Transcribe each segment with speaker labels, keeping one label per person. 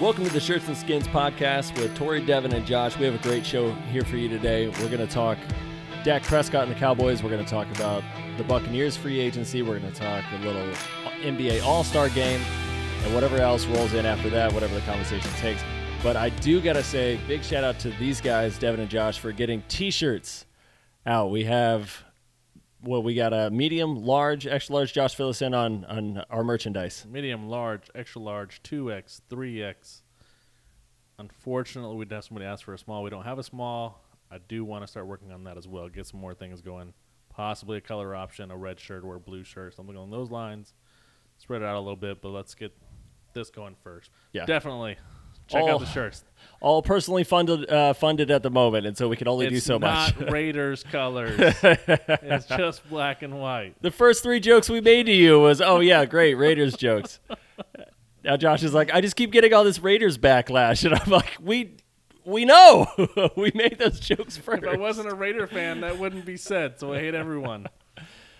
Speaker 1: Welcome to the Shirts and Skins podcast with Tori, Devin, and Josh. We have a great show here for you today. We're going to talk Dak Prescott and the Cowboys. We're going to talk about the Buccaneers free agency. We're going to talk a little NBA All Star game and whatever else rolls in after that, whatever the conversation takes. But I do got to say, big shout out to these guys, Devin and Josh, for getting t shirts out. We have. Well, we got a medium, large, extra large. Josh, fill us in on on our merchandise.
Speaker 2: medium, large, extra large, 2X, 3X. Unfortunately, we'd have somebody ask for a small. We don't have a small. I do want to start working on that as well. Get some more things going. Possibly a color option, a red shirt or a blue shirt, something along those lines. Spread it out a little bit, but let's get this going first.
Speaker 1: Yeah. Oh,
Speaker 2: Definitely. Check
Speaker 1: All-
Speaker 2: out the shirts.
Speaker 1: all personally funded uh, funded at the moment, and so we can only
Speaker 2: It's
Speaker 1: do so
Speaker 2: not
Speaker 1: much.
Speaker 2: Raiders colors. it's just black and white.
Speaker 1: the first three jokes we made to you was, "Oh yeah, great Raiders jokes." Now Josh is like, "I just keep getting all this Raiders backlash," and I'm like, "We we know we made those jokes first.
Speaker 2: If I wasn't a Raider fan, that wouldn't be said. So I hate everyone.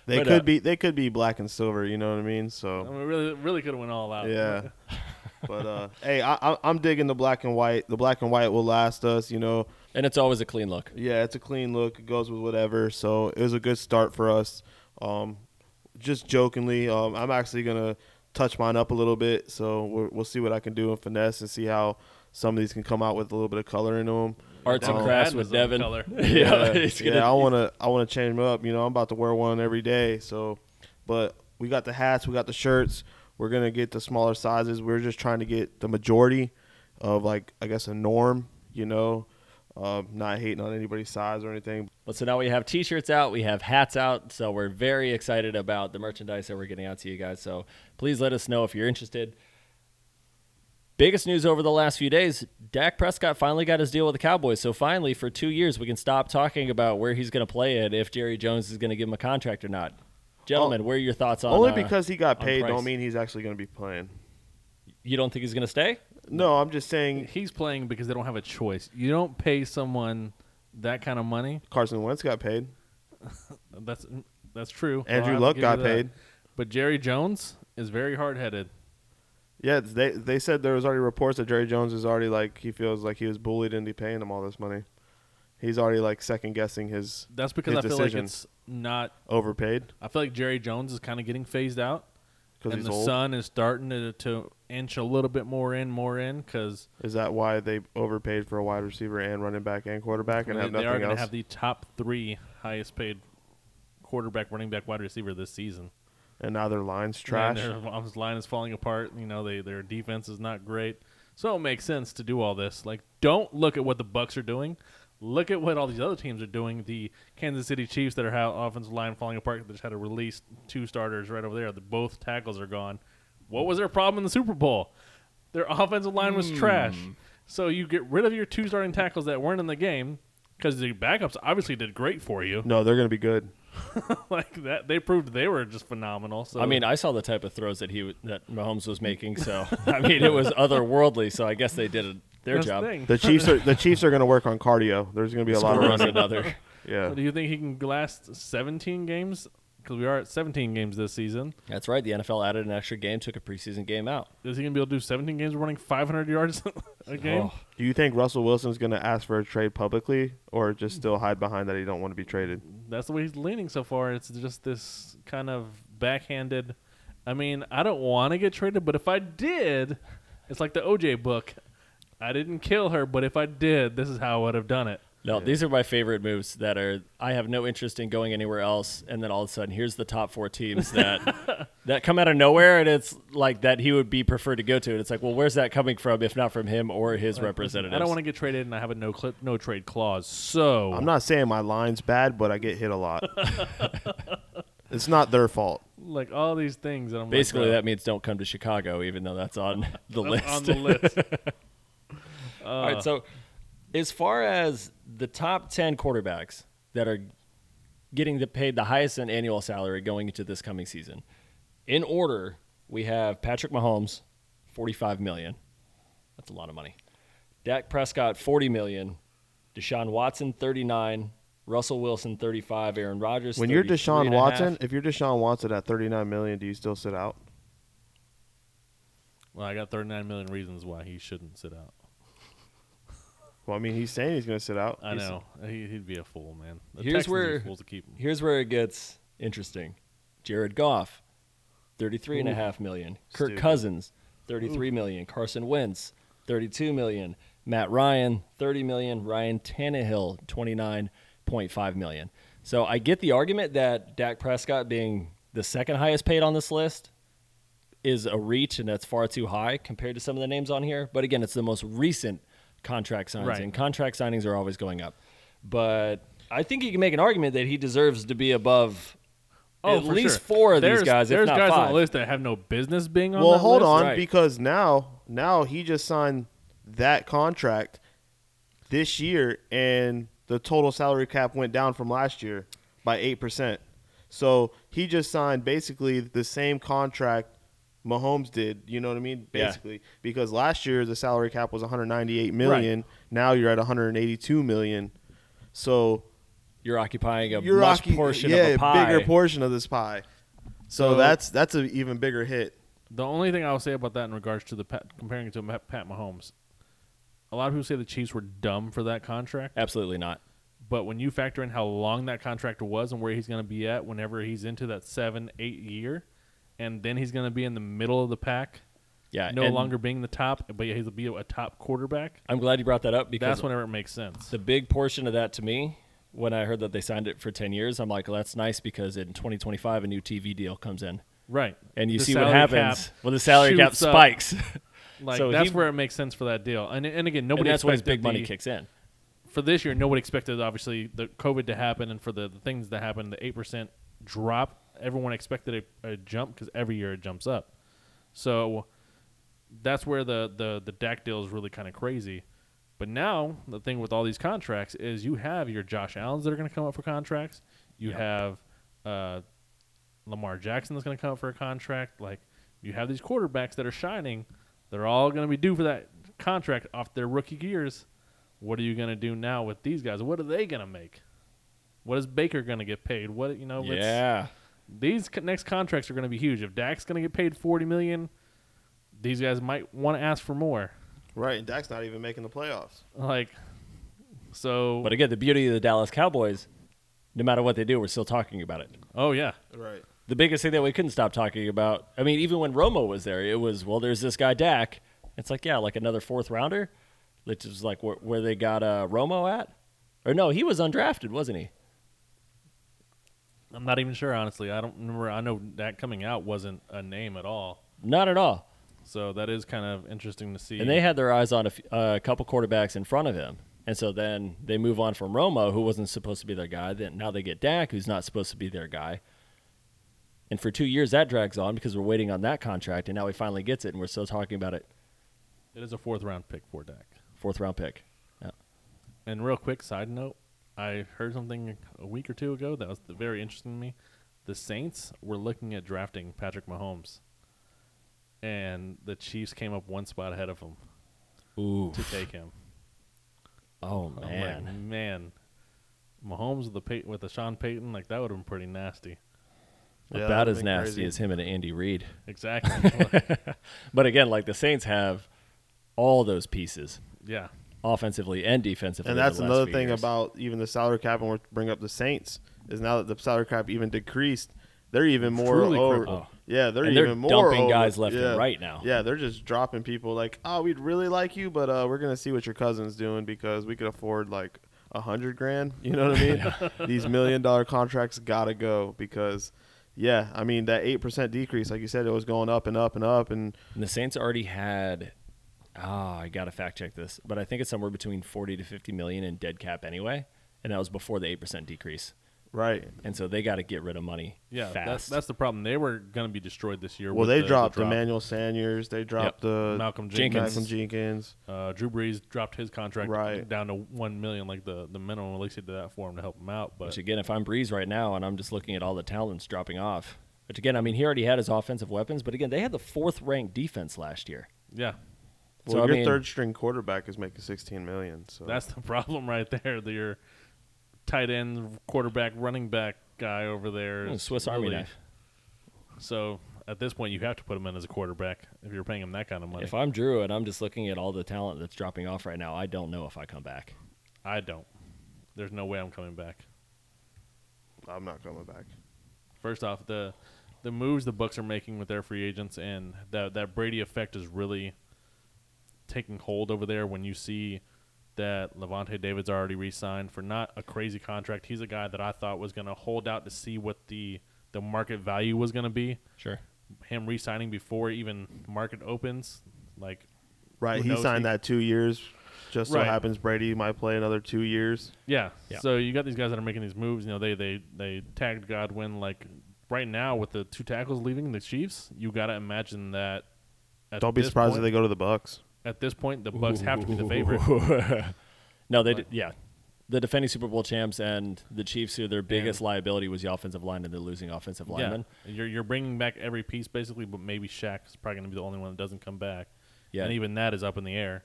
Speaker 3: They
Speaker 1: But,
Speaker 3: could
Speaker 1: uh,
Speaker 3: be they could be black and silver, you know what I mean?
Speaker 2: I
Speaker 3: So
Speaker 2: mean, really, really could have went all out.
Speaker 3: yeah. but uh hey, I I- I'm digging the black and white. The black and white will last us, you know.
Speaker 1: and it's always a clean look.
Speaker 3: Yeah, it's a clean look. It goes with whatever. So, it was a good start for us. Um just jokingly, um I'm actually going to touch mine up a little bit. So, we're, we'll see what I can do in finesse and see how some of these can come out with a little bit of color in them.
Speaker 1: Arts and
Speaker 3: Oh.
Speaker 1: crafts
Speaker 2: Madden
Speaker 1: with
Speaker 2: is on
Speaker 1: Devin.
Speaker 2: color.
Speaker 1: yeah,
Speaker 3: yeah,
Speaker 1: it's gonna-
Speaker 3: yeah, I want to I want to change them up. You know, I'm about to wear one every day. So, but we got the hats, we got the shirts. We're gonna get the smaller sizes. We're just trying to get the majority of like I guess a norm. You know, um, not hating on anybody's size or anything.
Speaker 1: Well, so now we have t-shirts out, we have hats out, so we're very excited about the merchandise that we're getting out to you guys. So please let us know if you're interested. Biggest news over the last few days, Dak Prescott finally got his deal with the Cowboys. So finally, for two years, we can stop talking about where he's going to play and if Jerry Jones is going to give him a contract or not. Gentlemen, what are your thoughts on
Speaker 3: Oh, Only
Speaker 1: uh,
Speaker 3: because he got
Speaker 1: on
Speaker 3: paid
Speaker 1: price. Mm.
Speaker 3: don't mean he's actually gonna be playing.
Speaker 1: you don't think he's going to stay?
Speaker 3: No, I'm just saying
Speaker 2: He's playing because they don't have a choice. You don't pay someone that kind of money.
Speaker 3: Carson Wentz got paid.
Speaker 2: That's that's true. I'll
Speaker 3: Andrew
Speaker 2: have
Speaker 3: Luck
Speaker 2: to give
Speaker 3: got
Speaker 2: you that.
Speaker 3: paid.
Speaker 2: But Jerry Jones is very hard headed.
Speaker 3: Yeah, it's- they they said there was already reports that Jerry Jones is already like he feels like he was bullied into paying him all this money. He's already like second guessing his
Speaker 2: That's because
Speaker 3: His
Speaker 2: I feel like
Speaker 3: decision.
Speaker 2: it's not.
Speaker 3: overpaid
Speaker 2: I feel like Jerry Jones is kind of getting phased out,
Speaker 3: because
Speaker 2: and
Speaker 3: he's
Speaker 2: the
Speaker 3: old.
Speaker 2: sun is starting to, to inch a little bit more in, more in, because
Speaker 3: Is that why they overpaid for a wide receiver and running back and quarterback
Speaker 2: they,
Speaker 3: and have
Speaker 2: they are
Speaker 3: nothing
Speaker 2: going to
Speaker 3: else?
Speaker 2: have the top three highest paid quarterback, running back, wide receiver this season.
Speaker 3: and now their line's
Speaker 2: And
Speaker 3: trash.
Speaker 2: Their offensive line is falling apart. You know, they their defense is not great. So it makes sense to do all this. Like, don't look at what the Bucks are doing. Look at what all these other teams are doing. The Kansas City Chiefs that are how offensive line falling apart. They just had to release two starters right over there. The, both tackles are gone. What was their problem in the Super Bowl? Their offensive line was trash.
Speaker 1: Hmm.
Speaker 2: So you get rid of your two starting tackles that weren't in the game because the backups obviously did great for you.
Speaker 3: No, they're going to be good.
Speaker 2: like that, they proved they were just phenomenal. So
Speaker 1: I mean, I saw the type of throws that he w- that Mahomes was making, so I mean, it was otherworldly. So I guess they did a, their
Speaker 2: that's the
Speaker 1: job.
Speaker 2: thing.
Speaker 3: The Chiefs are the Chiefs are going to work on cardio. There's going to be a lot of
Speaker 1: One
Speaker 3: running.
Speaker 1: another.
Speaker 3: Yeah,
Speaker 2: Do you think he can last 17 games? Because we are at 17 games this season.
Speaker 1: That's right. The NFL added an extra game, took a preseason game out.
Speaker 2: Is he going to be able to do 17 games running 500 yards a game?
Speaker 1: Oh.
Speaker 3: do you think Russell Wilson's going to ask for a trade publicly or just still hide behind that he don't want to be traded?
Speaker 2: That's the way he's leaning so far. It's just this kind of backhanded. I mean, I don't want to get traded, but if I did, it's like the OJ book. I didn't kill her, but if I did, this is how I would have done it.
Speaker 1: No, these are my favorite moves that are I have no interest in going anywhere else and then all of a sudden here's the top 4 teams that that come out of nowhere and it's like that he would be preferred to go to and it's like, well, where's that coming from if not from him or his representatives?
Speaker 2: I don't want to get traded, and I have a no clip, no trade clause. So
Speaker 3: I'm not saying my line's bad, but I get hit a lot. it's not their fault.
Speaker 2: like all these things. And I'm like,
Speaker 1: Basically,
Speaker 2: bro,
Speaker 1: that means don't come to Chicago even though that's on the list.
Speaker 2: on the list.
Speaker 1: All
Speaker 3: Uh.
Speaker 1: right, so as far as the top 10 quarterbacks that are getting the, paid the highest in annual salary going into this coming season, in order, we have Patrick Mahomes, 45 million. That's a lot of money. Dak Prescott, 40 million. Deshaun Watson, 39. Russell Wilson, 35. Aaron Rodgers,
Speaker 3: When you're
Speaker 1: 33
Speaker 3: Deshaun
Speaker 1: and a half.
Speaker 3: Watson, if you're Deshaun Watson at 39 million, do you still sit out?
Speaker 2: Well, I got 39 million reasons why he shouldn't sit out.
Speaker 3: Well, I mean, he's saying he's going to sit out.
Speaker 2: I
Speaker 3: He's-
Speaker 2: know he, he'd be a fool, man. The
Speaker 1: Here's
Speaker 2: Texans are
Speaker 1: where-
Speaker 2: fools to keep him.
Speaker 1: Here's where it gets interesting. Jared Goff, thirty-three and a half million. Kirk
Speaker 3: Stupid.
Speaker 1: Cousins, thirty-three million. Carson Wentz, 32 million. Matt Ryan, 30 million. Ryan Tannehill, 29.5 million. So I get the argument that Dak Prescott being the second highest paid on this list is a reach and that's far too high compared to some of the names on here. But again, it's the most recent contract signings,
Speaker 2: Right.
Speaker 1: and contract signings are always going up. But I think you can make an argument that he deserves to be above Oh, at
Speaker 2: Oh, for
Speaker 1: least
Speaker 2: sure.
Speaker 1: four of
Speaker 2: there's,
Speaker 1: these guys, if
Speaker 2: There's
Speaker 1: not
Speaker 2: guys
Speaker 1: five.
Speaker 2: on the list that have no business being on.
Speaker 3: Well,
Speaker 2: that
Speaker 3: hold
Speaker 2: list.
Speaker 3: on,
Speaker 1: Right.
Speaker 3: because now now he just signed that contract this year, and the total salary cap went down from last year by eight percent. So he just signed basically the same contract Mahomes did. You know what I mean?
Speaker 1: Yeah.
Speaker 3: Basically, because last year the salary cap was 198 million. Now you're at 182 million. So
Speaker 1: You're occupying a
Speaker 3: you're
Speaker 1: much
Speaker 3: occu-
Speaker 1: portion
Speaker 3: yeah,
Speaker 1: of a pie.
Speaker 3: bigger portion of this pie. So,
Speaker 2: So-
Speaker 3: that's that's an even bigger hit.
Speaker 2: The only thing I will say about that in regards to the Pat, comparing it to Pat, Pat Mahomes, a lot of people say the Chiefs were dumb for that contract,
Speaker 1: Absolutely not.
Speaker 2: but when you factor in how long that contract was and where he's going to be at whenever he's into that seven, eight year, and then he's going to be in the middle of the pack,
Speaker 1: Yeah,
Speaker 2: no
Speaker 1: Uh, and
Speaker 2: longer being the top, but he'll be a top quarterback.
Speaker 1: I'm glad you brought that up because
Speaker 2: That's whenever it makes sense.
Speaker 1: the big portion of that to me when I heard that they signed it for 10 years, I'm like, well, that's nice because in 2025 a new TV deal comes in.
Speaker 2: Right.
Speaker 1: And you
Speaker 2: The
Speaker 1: see what
Speaker 2: salary cap
Speaker 1: happens. Well, the salary cap
Speaker 2: shoots up.
Speaker 1: spikes.
Speaker 2: Like
Speaker 1: So
Speaker 2: that's
Speaker 1: he-
Speaker 2: where it makes sense for that deal. And and again,
Speaker 1: and
Speaker 2: nobody
Speaker 1: that's when his
Speaker 2: expected
Speaker 1: big money
Speaker 2: the-
Speaker 1: kicks in.
Speaker 2: for this year, nobody expected obviously the COVID to happen and for the, the things that happened, the eight percent drop. Everyone expected a, a jump because every year it jumps up. So that's where the the the DAC deal is really kind of crazy. But now the thing with all these contracts is you have your Josh Allen's that are going to come up for contracts. You have uh, Lamar Jackson that's going to come up for a contract. Like you have these quarterbacks that are shining. They're all going to be due for that contract off their rookie years. What are you going to do now with these guys? What are they going to make? What is Baker going to get paid? What you know? it's-
Speaker 1: Yeah.
Speaker 2: these co- next contracts are going to be huge. If Dak's going to get paid forty million, these guys might want to ask for more.
Speaker 3: Right, and Dak's not even making the playoffs.
Speaker 2: Like, so.
Speaker 1: But again, the beauty of the Dallas Cowboys, no matter what they do, we're still talking about it.
Speaker 2: oh yeah,
Speaker 3: Right.
Speaker 1: The biggest thing that we couldn't stop talking about, I mean, even when Romo was there, it was, well, there's this guy, Dak. It's like, yeah, like another fourth rounder, which is like where, where they got uh, Romo at. Or no, he was undrafted, wasn't he?
Speaker 2: I'm not even sure honestly. I don't remember. I know Dak coming out wasn't a name at all.
Speaker 1: Not at all.
Speaker 2: So that is kind of interesting to see.
Speaker 1: And they had their eyes on a, f- a couple quarterbacks in front of him. And so then they move on from Romo, who wasn't supposed to be their guy. Then now they get Dak, who's not supposed to be their guy. And for two years that drags on because we're waiting on that contract, and now he finally gets it, and we're still talking about it.
Speaker 2: it is a fourth round pick for Dak.
Speaker 1: Fourth round pick. Yeah.
Speaker 2: And real quick side note, I heard something a week or two ago that was very interesting to me. The Saints were looking at drafting Patrick Mahomes, and the Chiefs came up one spot ahead of him
Speaker 1: Ooh.
Speaker 2: to take him.
Speaker 1: Oh
Speaker 2: I'm
Speaker 1: man.
Speaker 2: like, man, Mahomes with the Pey- with the Sean Payton, like that would have been pretty nasty.
Speaker 3: Yeah,
Speaker 1: About
Speaker 3: that'd
Speaker 1: as
Speaker 3: be
Speaker 1: nasty
Speaker 3: crazy.
Speaker 1: as him and Andy Reid.
Speaker 2: Exactly.
Speaker 1: but again, like the Saints have all those pieces
Speaker 2: yeah.
Speaker 1: offensively and defensively.
Speaker 3: And
Speaker 1: the
Speaker 3: that's
Speaker 1: last
Speaker 3: another
Speaker 1: few
Speaker 3: thing
Speaker 1: years.
Speaker 3: about even the salary cap, and we'll bring up the Saints is now that the salary cap even decreased, they're even more.
Speaker 2: Truly
Speaker 3: over-
Speaker 2: crippled.
Speaker 3: Yeah, they're
Speaker 1: And they're
Speaker 3: even more
Speaker 1: dumping
Speaker 3: over-
Speaker 1: guys left and
Speaker 3: yeah.
Speaker 1: right now.
Speaker 3: Yeah, they're just dropping people like, oh, we'd really like you, but uh, we're gonna see what your cousin's doing because we could afford like a hundred grand. You know what I mean? These million dollar contracts gotta go because. Yeah, I mean that eight percent decrease, like you said, it was going up and up and up, and
Speaker 1: And the Saints already had ah, I gotta fact check this, but I think it's somewhere between forty to fifty million in dead cap anyway, and that was before the eight percent decrease.
Speaker 3: right,
Speaker 1: And so they got to get rid of money.
Speaker 2: Yeah, that's
Speaker 1: fast.
Speaker 2: that's the problem. They were going to be destroyed this year.
Speaker 3: Well,
Speaker 2: with
Speaker 3: they
Speaker 2: the- the
Speaker 3: dropped
Speaker 2: drop.
Speaker 3: Emmanuel Sanders. They dropped the
Speaker 2: Malcolm
Speaker 1: Jenkins.
Speaker 2: Jenkins.
Speaker 3: Malcolm Jenkins.
Speaker 2: Uh, Drew Brees dropped his contract
Speaker 3: Right.
Speaker 2: down to one million, like the the minimum. At least he did that for him to help him out. But
Speaker 1: Which again, if I'm Breeze right now and I'm just looking at all the talents dropping off, which again, I mean, he already had his offensive weapons, but again, they had the fourth ranked defense last year.
Speaker 2: yeah,
Speaker 1: So,
Speaker 3: Well,
Speaker 1: I
Speaker 3: your
Speaker 1: mean-
Speaker 3: third string quarterback is making sixteen million. So
Speaker 2: that's the problem right there. The, your tight end, quarterback, running back guy over there.
Speaker 1: Hmm, Swiss
Speaker 2: is
Speaker 1: Army
Speaker 2: really-
Speaker 1: knife.
Speaker 2: So at this point, you have to put him in as a quarterback if you're paying him that kind of money.
Speaker 1: If I'm Drew and I'm just looking at all the talent that's dropping off right now, I don't know if I come back.
Speaker 2: I don't. There's no way I'm coming back.
Speaker 3: I'm not coming back.
Speaker 2: First off, the the moves the Bucks are making with their free agents and that that Brady effect is really taking hold over there when you see that Levante David's already re-signed for not a crazy contract. He's a guy that I thought was going to hold out to see what the the market value was going to be.
Speaker 1: Sure.
Speaker 2: Him re-signing before even market opens, like
Speaker 3: Right,
Speaker 2: Who
Speaker 3: he
Speaker 2: knows?
Speaker 3: signed that two years. Just so
Speaker 2: Right.
Speaker 3: happens Brady might play another two years.
Speaker 2: Yeah.
Speaker 1: Yeah.
Speaker 2: So you got these guys that are making these moves. You know, they they they tagged Godwin like right now with the two tackles leaving the Chiefs. You got to imagine that. At
Speaker 3: Don't be
Speaker 2: this
Speaker 3: surprised
Speaker 2: point,
Speaker 3: if they go to the Bucks.
Speaker 2: At this point, the Bucks have to be the favorite.
Speaker 1: no, they did, yeah. The defending Super Bowl champs and the Chiefs, who their biggest liability was the offensive line, and they're losing offensive
Speaker 2: Yeah.
Speaker 1: linemen.
Speaker 2: You're you're bringing back every piece basically, but maybe Shaq is probably going to be the only one that doesn't come back.
Speaker 1: Yeah.
Speaker 2: And even that is up in the air.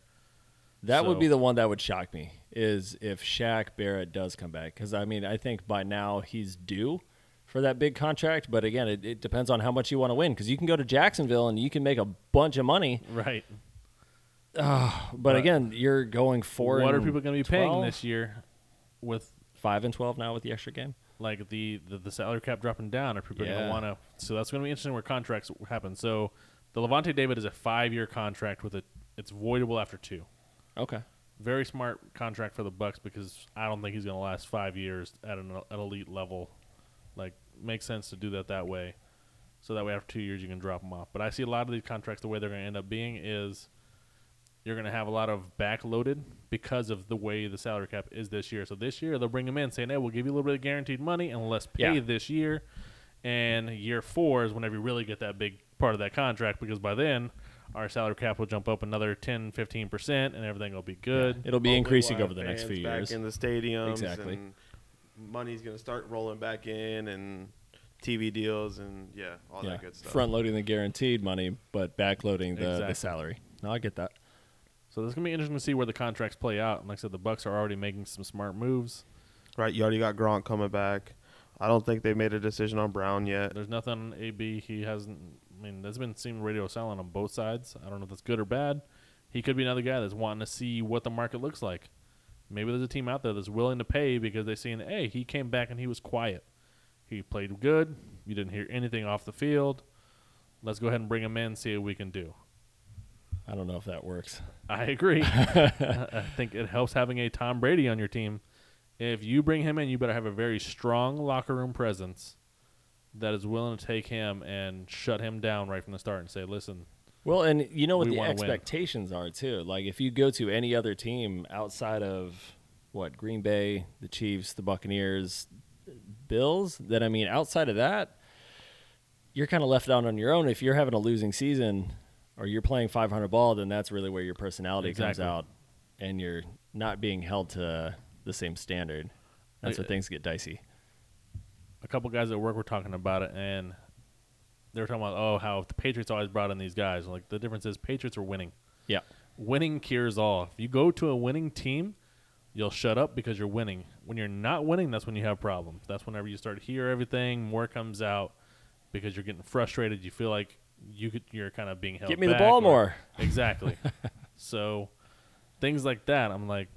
Speaker 1: That would
Speaker 2: So-
Speaker 1: be the one that would shock me is if Shaq Barrett does come back because I mean I think by now he's due for that big contract, but again it, it depends on how much you want to win because you can go to Jacksonville and you can make a bunch of money,
Speaker 2: Right.
Speaker 1: but again you're going four.
Speaker 2: what are
Speaker 1: and
Speaker 2: people going to be paying
Speaker 1: 12?
Speaker 2: this year with
Speaker 1: Five and twelve now with the extra game.
Speaker 2: like the the, the salary cap dropping down are people going
Speaker 1: Yeah.
Speaker 2: to want to so that's going to be interesting where contracts happen so the levante david is a five year contract with a it's voidable after two
Speaker 1: Okay.
Speaker 2: very smart contract for the bucks because i don't think he's going to last five years at an, an elite level like makes sense to do that that way so that way after two years you can drop him off but i see a lot of these contracts the way they're going to end up being is you're going to have a lot of backloaded because of the way the salary cap is this year. So this year they'll bring them in saying, "Hey, we'll give you a little bit of guaranteed money and let's pay
Speaker 1: Yeah.
Speaker 2: this year." And year four is whenever you really get that big part of that contract because by then our salary cap will jump up another 10, 15 percent, and everything will be good.
Speaker 1: It'll be
Speaker 3: Hopefully
Speaker 1: increasing
Speaker 3: we'll
Speaker 1: over the
Speaker 3: have
Speaker 1: next
Speaker 3: fans
Speaker 1: few
Speaker 3: back
Speaker 1: years.
Speaker 3: in the stadiums.
Speaker 1: Exactly.
Speaker 3: And money's going to start rolling back in and TV deals and yeah, all
Speaker 1: Yeah.
Speaker 3: that good stuff.
Speaker 1: Front loading the guaranteed money, but back loading the,
Speaker 2: Exactly.
Speaker 1: the salary. No, I get that.
Speaker 2: So it's gonna be interesting to see where the contracts play out. And like I said, the Bucks are already making some smart moves.
Speaker 3: Right, you already got Gronk coming back. I don't think they made a decision on Brown yet.
Speaker 2: There's nothing on AB. He hasn't. I mean, there's been seem radio silent on both sides. I don't know if that's good or bad. He could be another guy that's wanting to see what the market looks like. Maybe there's a team out there that's willing to pay because they seen, hey, he came back and he was quiet. He played good. You didn't hear anything off the field. Let's go ahead and bring him in, see what we can do.
Speaker 1: I don't know if that works.
Speaker 2: I agree. I think it helps having a Tom Brady on your team. If you bring him in, you better have a very strong locker room presence that is willing to take him and shut him down right from the start and say, "Listen,
Speaker 1: Well, and you know what
Speaker 2: We
Speaker 1: the
Speaker 2: wanna win.
Speaker 1: expectations are too. Like if you go to any other team outside of what Green Bay, the Chiefs, the Buccaneers, Bills, then I mean outside of that, you're kind of left out on your own. If you're having a losing season or you're playing 500 ball, then that's really where your personality
Speaker 2: Exactly.
Speaker 1: comes out, and you're not being held to the same standard. That's
Speaker 2: Like,
Speaker 1: where things get dicey.
Speaker 2: a couple guys at work were talking about it, and they were talking about, oh, how the Patriots always brought in these guys. Like the difference is Patriots are winning.
Speaker 1: Yeah,
Speaker 2: Winning cures all. If you go to a winning team, you'll shut up because you're winning. When you're not winning, that's when you have problems. That's whenever you start to hear everything, more comes out because you're getting frustrated. You feel like you could, you're kind of being held.
Speaker 1: Get me the
Speaker 2: back
Speaker 1: ball
Speaker 2: or-
Speaker 1: more.
Speaker 2: Exactly. so things like that, I'm like,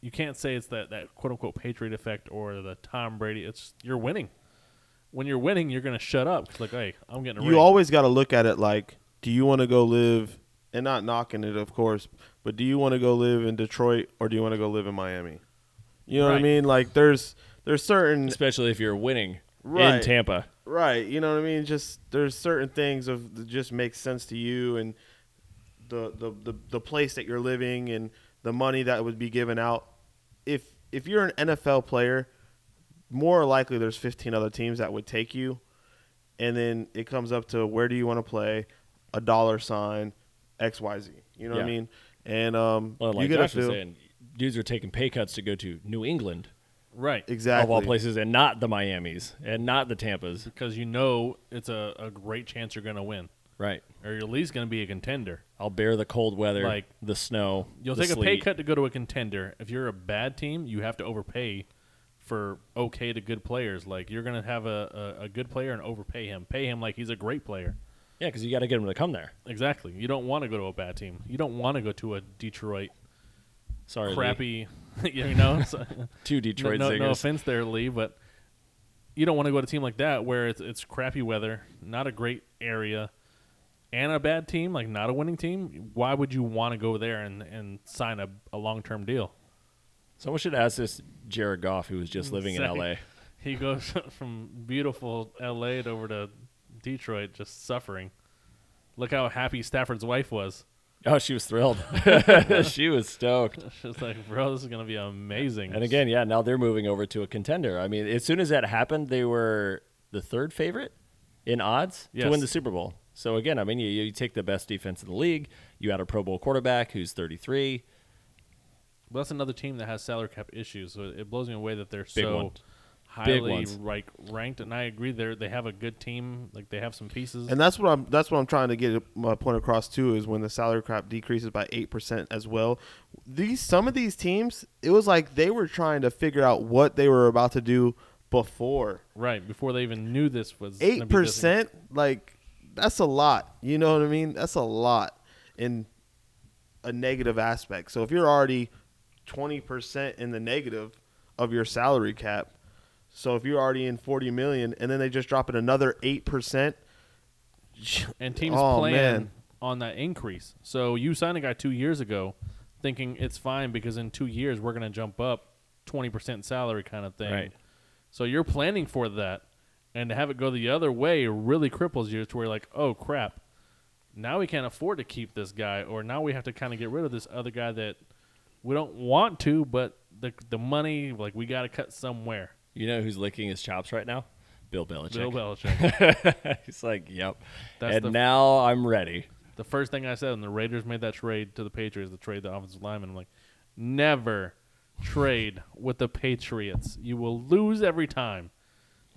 Speaker 2: you can't say it's that that quote unquote Patriot effect or the Tom Brady. It's you're winning. When you're winning, you're gonna shut up. 'cause like, hey, I'm getting a
Speaker 3: You
Speaker 2: ring.
Speaker 3: always got to look at it like, do you want to go live, and not knocking it, of course, but do you want to go live in Detroit or do you want to go live in Miami? You know what I
Speaker 2: Right.
Speaker 3: mean? Like, there's there's certain
Speaker 1: especially if you're winning in
Speaker 3: Right.
Speaker 1: Tampa.
Speaker 3: Right. You know what I mean? Just there's certain things of that just make sense to you and the, the the the place that you're living and the money that would be given out. If if you're an NFL player, more likely there's 15 other teams that would take you. And then it comes up to where do you want to play? A dollar sign, XYZ. You know what I
Speaker 1: Yeah.
Speaker 3: mean? And um
Speaker 1: Well,
Speaker 3: you
Speaker 1: like
Speaker 3: get a
Speaker 1: Josh was
Speaker 3: feel
Speaker 1: saying, dudes are taking pay cuts to go to New England
Speaker 2: right
Speaker 3: exactly
Speaker 1: of all places, and not the Miami's and not the Tampa's.
Speaker 2: because you know it's a, a great chance you're gonna win.
Speaker 1: Right.
Speaker 2: or you're at least going to be a contender.
Speaker 1: I'll bear the cold weather,
Speaker 2: Like,
Speaker 1: the snow.
Speaker 2: You'll
Speaker 1: the
Speaker 2: take a pay
Speaker 1: sleet.
Speaker 2: cut to go to a contender. If you're a bad team, you have to overpay for okay to good players. Like you're gonna have a, a, a good player and overpay him. Pay him like he's a great player.
Speaker 1: Yeah, because you got to get them to come there.
Speaker 2: Exactly. You don't want to go to a bad team. You don't want to go to a Detroit
Speaker 1: Sorry, Lee.
Speaker 2: crappy. you know, it's-
Speaker 1: two Detroit
Speaker 2: no, no, no
Speaker 1: Zingers.
Speaker 2: offense there, Lee, but you don't want to go to a team like that where it's it's crappy weather, not a great area, and a bad team, like not a winning team. Why would you want to go there and and sign a, a long term deal?
Speaker 1: Someone should ask this Jared Goff, who was just living in
Speaker 2: Exactly.
Speaker 1: L.A.
Speaker 2: He goes from beautiful L.A. to over to Detroit, just suffering. Look how happy Stafford's wife was.
Speaker 1: Oh, she was thrilled. she was stoked.
Speaker 2: She's like, bro, this is gonna be amazing.
Speaker 1: And again, yeah, now they're moving over to a contender. I mean, as soon as that happened, they were the third favorite in odds to
Speaker 2: Yes.
Speaker 1: win the Super Bowl. So again, I mean, you, you take the best defense in the league. You add a Pro Bowl quarterback who's 33.
Speaker 2: Well, that's another team that has salary cap issues. So it blows me away that they're
Speaker 1: Big
Speaker 2: so
Speaker 1: one.
Speaker 2: highly
Speaker 1: ones.
Speaker 2: like ranked. And I agree, they they have a good team. Like they have some pieces.
Speaker 3: And that's what I'm that's what I'm trying to get my point across too is when the salary cap decreases by eight percent as well. These some of these teams, it was like they were trying to figure out what they were about to do before.
Speaker 2: right before they even knew this was gonna be
Speaker 3: Eight
Speaker 2: this-
Speaker 3: percent, like that's a lot. You know what I mean? That's a lot in a negative aspect. So if you're already twenty percent in the negative of your salary cap, so if you're already in forty million and then they just drop it another eight percent
Speaker 2: And teams
Speaker 3: Oh,
Speaker 2: plan
Speaker 3: man.
Speaker 2: on that increase. So you signed a guy two years ago, thinking it's fine because in two years we're gonna jump up twenty percent salary kind of thing.
Speaker 1: Right.
Speaker 2: So you're planning for that, and to have it go the other way really cripples you to where you're like, oh crap, now we can't afford to keep this guy, or now we have to kind of get rid of this other guy that we don't want to, but the the money like we got to cut somewhere.
Speaker 1: You know who's licking his chops right now? Bill Belichick.
Speaker 2: Bill Belichick.
Speaker 1: He's like, yep.
Speaker 2: That's
Speaker 1: and
Speaker 2: the-
Speaker 1: now I'm ready.
Speaker 2: The first thing I said when the Raiders made that trade to the Patriots, the trade the offensive lineman, I'm like, never trade with the Patriots. You will lose every time.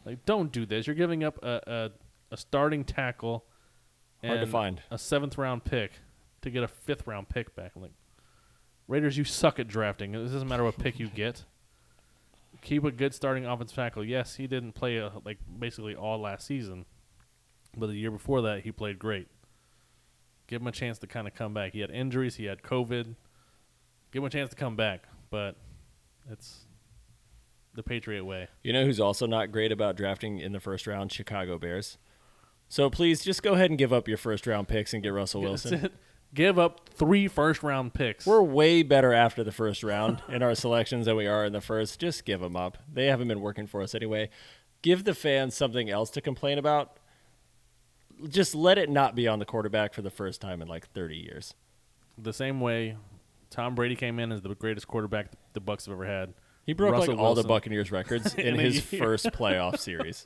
Speaker 2: Like, don't do this. You're giving up a a, a starting tackle,
Speaker 1: Hard to
Speaker 2: and
Speaker 1: find.
Speaker 2: a seventh round pick to get a fifth round pick back. I'm like, Raiders, you suck at drafting. It doesn't matter what pick you get. Keep a good starting offensive tackle. Yes, he didn't play uh like basically all last season, but the year before that he played great. Give him a chance to kind of come back. He had injuries. He had COVID. Give him a chance to come back, but it's the Patriot way.
Speaker 1: You know who's also not great about drafting in the first round? Chicago Bears. So please just go ahead and give up your first round picks and get Russell Wilson.
Speaker 2: Give up three first round picks.
Speaker 1: We're way better after the first round in our selections than we are in the first. Just give them up. They haven't been working for us anyway. Give the fans something else to complain about. Just let it not be on the quarterback for the first time in like 30 years.
Speaker 2: the same way Tom Brady came in as the greatest quarterback the Bucks have ever had.
Speaker 1: He broke
Speaker 2: Russell
Speaker 1: like all the
Speaker 2: Wilson-
Speaker 1: Buccaneers records in,
Speaker 2: In a
Speaker 1: his
Speaker 2: year.
Speaker 1: first playoff series.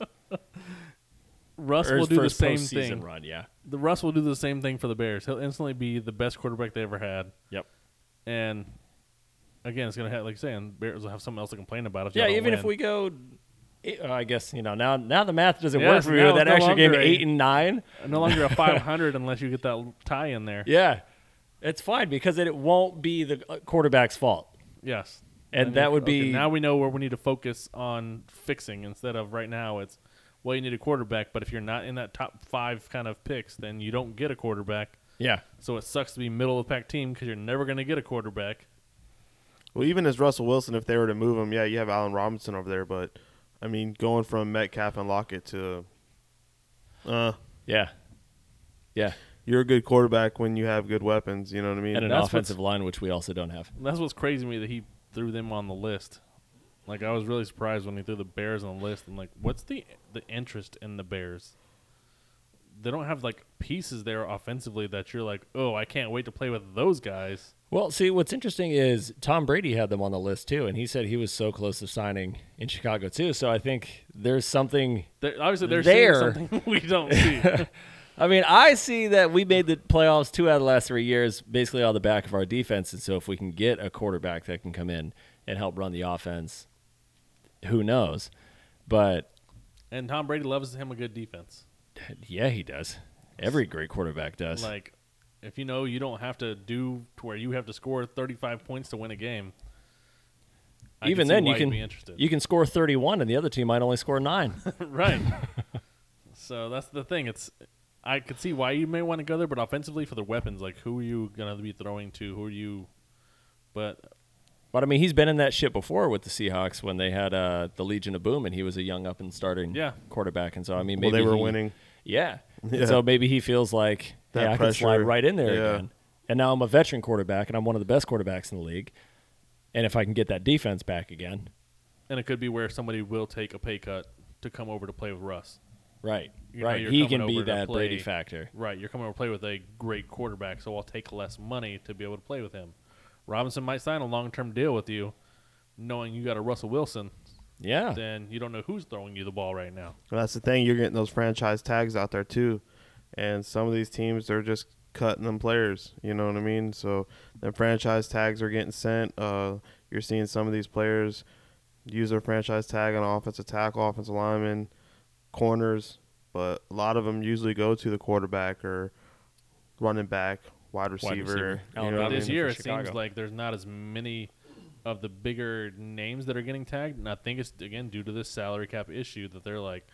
Speaker 2: Russ
Speaker 1: or
Speaker 2: will
Speaker 1: his
Speaker 2: do the
Speaker 1: first
Speaker 2: same
Speaker 1: postseason
Speaker 2: thing.
Speaker 1: run, yeah.
Speaker 2: The Russ will do the same thing for the Bears. He'll instantly be the best quarterback they ever had.
Speaker 1: Yep.
Speaker 2: And again, it's gonna have like saying Bears will have something else to complain about. If
Speaker 1: Yeah,
Speaker 2: y'all don't
Speaker 1: even if
Speaker 2: win.
Speaker 1: we go, eh, I guess you know now. Now the math doesn't
Speaker 2: Yes,
Speaker 1: work for you.
Speaker 2: now
Speaker 1: That
Speaker 2: it's no
Speaker 1: extra game,
Speaker 2: longer a-
Speaker 1: eight and nine.
Speaker 2: no longer a 500 unless you get that l- tie in there.
Speaker 1: Yeah, it's fine because it, it won't be the uh, quarterback's fault,
Speaker 2: Yes.
Speaker 1: and that would
Speaker 2: Okay,
Speaker 1: be
Speaker 2: now we know where we need to focus on fixing instead of right now it's well you need a quarterback, but if you're not in that top five kind of picks, then you don't get a quarterback.
Speaker 1: yeah.
Speaker 2: So it sucks to be middle of the pack team because you're never going to get a quarterback.
Speaker 3: Well, even as Russell Wilson, if they were to move him, yeah, you have Allen Robinson over there, but I mean, going from Metcalf and Lockett to, uh,
Speaker 1: Yeah. Yeah.
Speaker 3: you're a good quarterback when you have good weapons. You know what I mean?
Speaker 1: And an
Speaker 2: that's what's-
Speaker 1: offensive line, which we also don't have.
Speaker 2: That's what's crazy to me that he threw them on the list. Like I was really surprised when he threw the Bears on the list. I'm like, what's the the interest in the Bears? They don't have like pieces there offensively that you're like, oh, I can't wait to play with those guys.
Speaker 1: Well, see, what's interesting is Tom Brady had them on the list too, and he said he was so close to signing in Chicago too. So I think there's something.
Speaker 2: They're, obviously, they're
Speaker 1: There.
Speaker 2: seeing something we don't see.
Speaker 1: I mean, I see that we made the playoffs two out of the last three years, basically on the back of our defense. And so if we can get a quarterback that can come in and help run the offense, who knows? But
Speaker 2: and Tom Brady loves him a good defense.
Speaker 1: yeah, he does. Every great quarterback does.
Speaker 2: Like, if you know you don't have to do to where you have to score 35 points to win a game, I
Speaker 1: Even
Speaker 2: see
Speaker 1: then,
Speaker 2: why
Speaker 1: you
Speaker 2: you'd
Speaker 1: can
Speaker 2: be interested.
Speaker 1: you can score 31, and the other team might only score nine.
Speaker 2: right. so that's the thing. It's I could see why you may want to go there, but offensively for the weapons, like who are you gonna be throwing to? Who are you? But
Speaker 1: but I mean, he's been in that shit before with the Seahawks when they had uh, the Legion of Boom, and he was a young up and starting
Speaker 2: Yeah.
Speaker 1: quarterback. And so I mean,
Speaker 3: Well,
Speaker 1: maybe
Speaker 3: they were
Speaker 1: he-
Speaker 3: winning.
Speaker 1: Yeah. And
Speaker 3: Yeah.
Speaker 1: So maybe he feels like,
Speaker 3: That
Speaker 1: yeah, I can slide
Speaker 3: pressure.
Speaker 1: right in there
Speaker 3: Yeah.
Speaker 1: again. And now I'm a veteran quarterback and I'm one of the best quarterbacks in the league. And if I can get that defense back again,
Speaker 2: and it could be where somebody will take a pay cut to come over to play with Russ.
Speaker 1: right,
Speaker 2: You know,
Speaker 1: right,
Speaker 2: you're
Speaker 1: he
Speaker 2: coming
Speaker 1: can be
Speaker 2: over to
Speaker 1: that Brady
Speaker 2: play.
Speaker 1: factor.
Speaker 2: Right, you're coming over to play with a great quarterback, so I'll take less money to be able to play with him. Robinson might sign a long term deal with you, knowing you got a Russell Wilson.
Speaker 1: Yeah.
Speaker 2: Then you don't know who's throwing you the ball right now.
Speaker 3: Well, that's the thing. You're getting those franchise tags out there too, and some of these teams they're just cutting them players. You know what I mean? So the franchise tags are getting sent. Uh, you're seeing some of these players use their franchise tag on offensive tackle, offensive linemen, corners, but a lot of them usually go to the quarterback or running back, wide receiver.
Speaker 1: receiver. Allen
Speaker 3: you know what I
Speaker 1: Robinson.
Speaker 2: this
Speaker 3: mean?
Speaker 2: year,
Speaker 1: for
Speaker 2: it seems
Speaker 1: Chicago.
Speaker 2: like there's not as many of the bigger names that are getting tagged, and I think it's again due to this salary cap issue that they're like,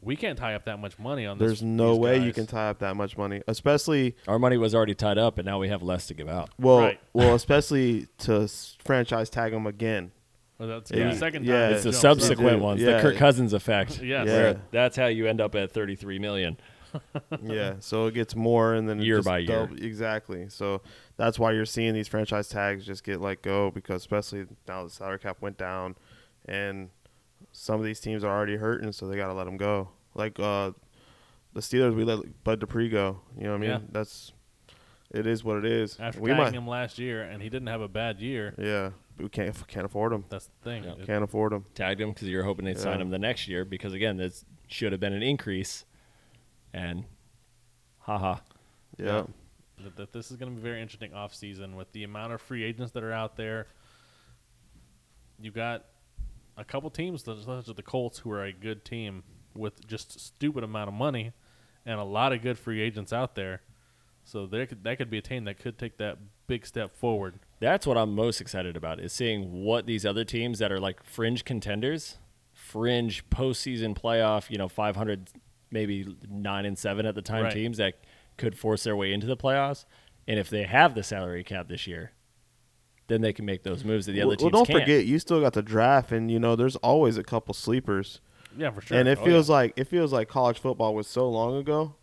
Speaker 2: we can't tie up that much money on.
Speaker 3: There's
Speaker 2: this,
Speaker 3: no
Speaker 2: these
Speaker 3: way you
Speaker 2: guys."
Speaker 3: can tie up that much money, especially
Speaker 1: Our money was already tied up and now we have less to give out.
Speaker 3: well,
Speaker 2: Right.
Speaker 3: well, especially to s- franchise tag them again.
Speaker 2: Well, that's
Speaker 3: Yeah.
Speaker 2: the second time.
Speaker 3: Yeah.
Speaker 2: it
Speaker 1: It's the
Speaker 2: jumps up.
Speaker 1: subsequent
Speaker 3: Dude,
Speaker 1: ones,
Speaker 3: yeah.
Speaker 1: the Kirk Cousins effect.
Speaker 2: Yes.
Speaker 3: Yeah.
Speaker 1: Where that's how you end up at 33 million.
Speaker 3: yeah, so it gets more and then it
Speaker 1: Year
Speaker 3: just
Speaker 1: by year.
Speaker 3: doub- exactly. So that's why you're seeing these franchise tags just get let go because especially now the salary cap went down, and some of these teams are already hurting, so they got to let them go. Like uh, the Steelers, we let Bud Dupree go. You know what I mean?
Speaker 2: Yeah.
Speaker 3: That's it is what it is.
Speaker 2: After
Speaker 3: we
Speaker 2: tagging
Speaker 3: might,
Speaker 2: him last year, and he didn't have a bad year.
Speaker 3: yeah, we can't can't afford him.
Speaker 2: That's the thing.
Speaker 1: Yeah.
Speaker 2: It-
Speaker 3: Can't afford him.
Speaker 1: Tagged him because you're hoping they'd sign
Speaker 3: Yeah.
Speaker 1: him the next year because, again, this should have been an increase. And haha.
Speaker 3: Yeah,
Speaker 2: that, that this is going to be very interesting offseason with the amount of free agents that are out there. You got a couple teams that- such as the Colts, who are a good team with just stupid amount of money, and a lot of good free agents out there. So there could that could be a team that could take that big step forward.
Speaker 1: That's what I'm most excited about is seeing what these other teams that are like fringe contenders, fringe postseason playoff, you know, 500, maybe nine and seven at the time
Speaker 2: Right.
Speaker 1: teams that could force their way into the playoffs. And if they have the salary cap this year, then they can make those moves that the
Speaker 3: well,
Speaker 1: other teams
Speaker 3: don't
Speaker 1: can't.
Speaker 3: forget you still got the draft, and you know there's always a couple sleepers.
Speaker 2: Yeah, for sure.
Speaker 3: And it
Speaker 2: Oh,
Speaker 3: feels like it feels like college football was so long ago.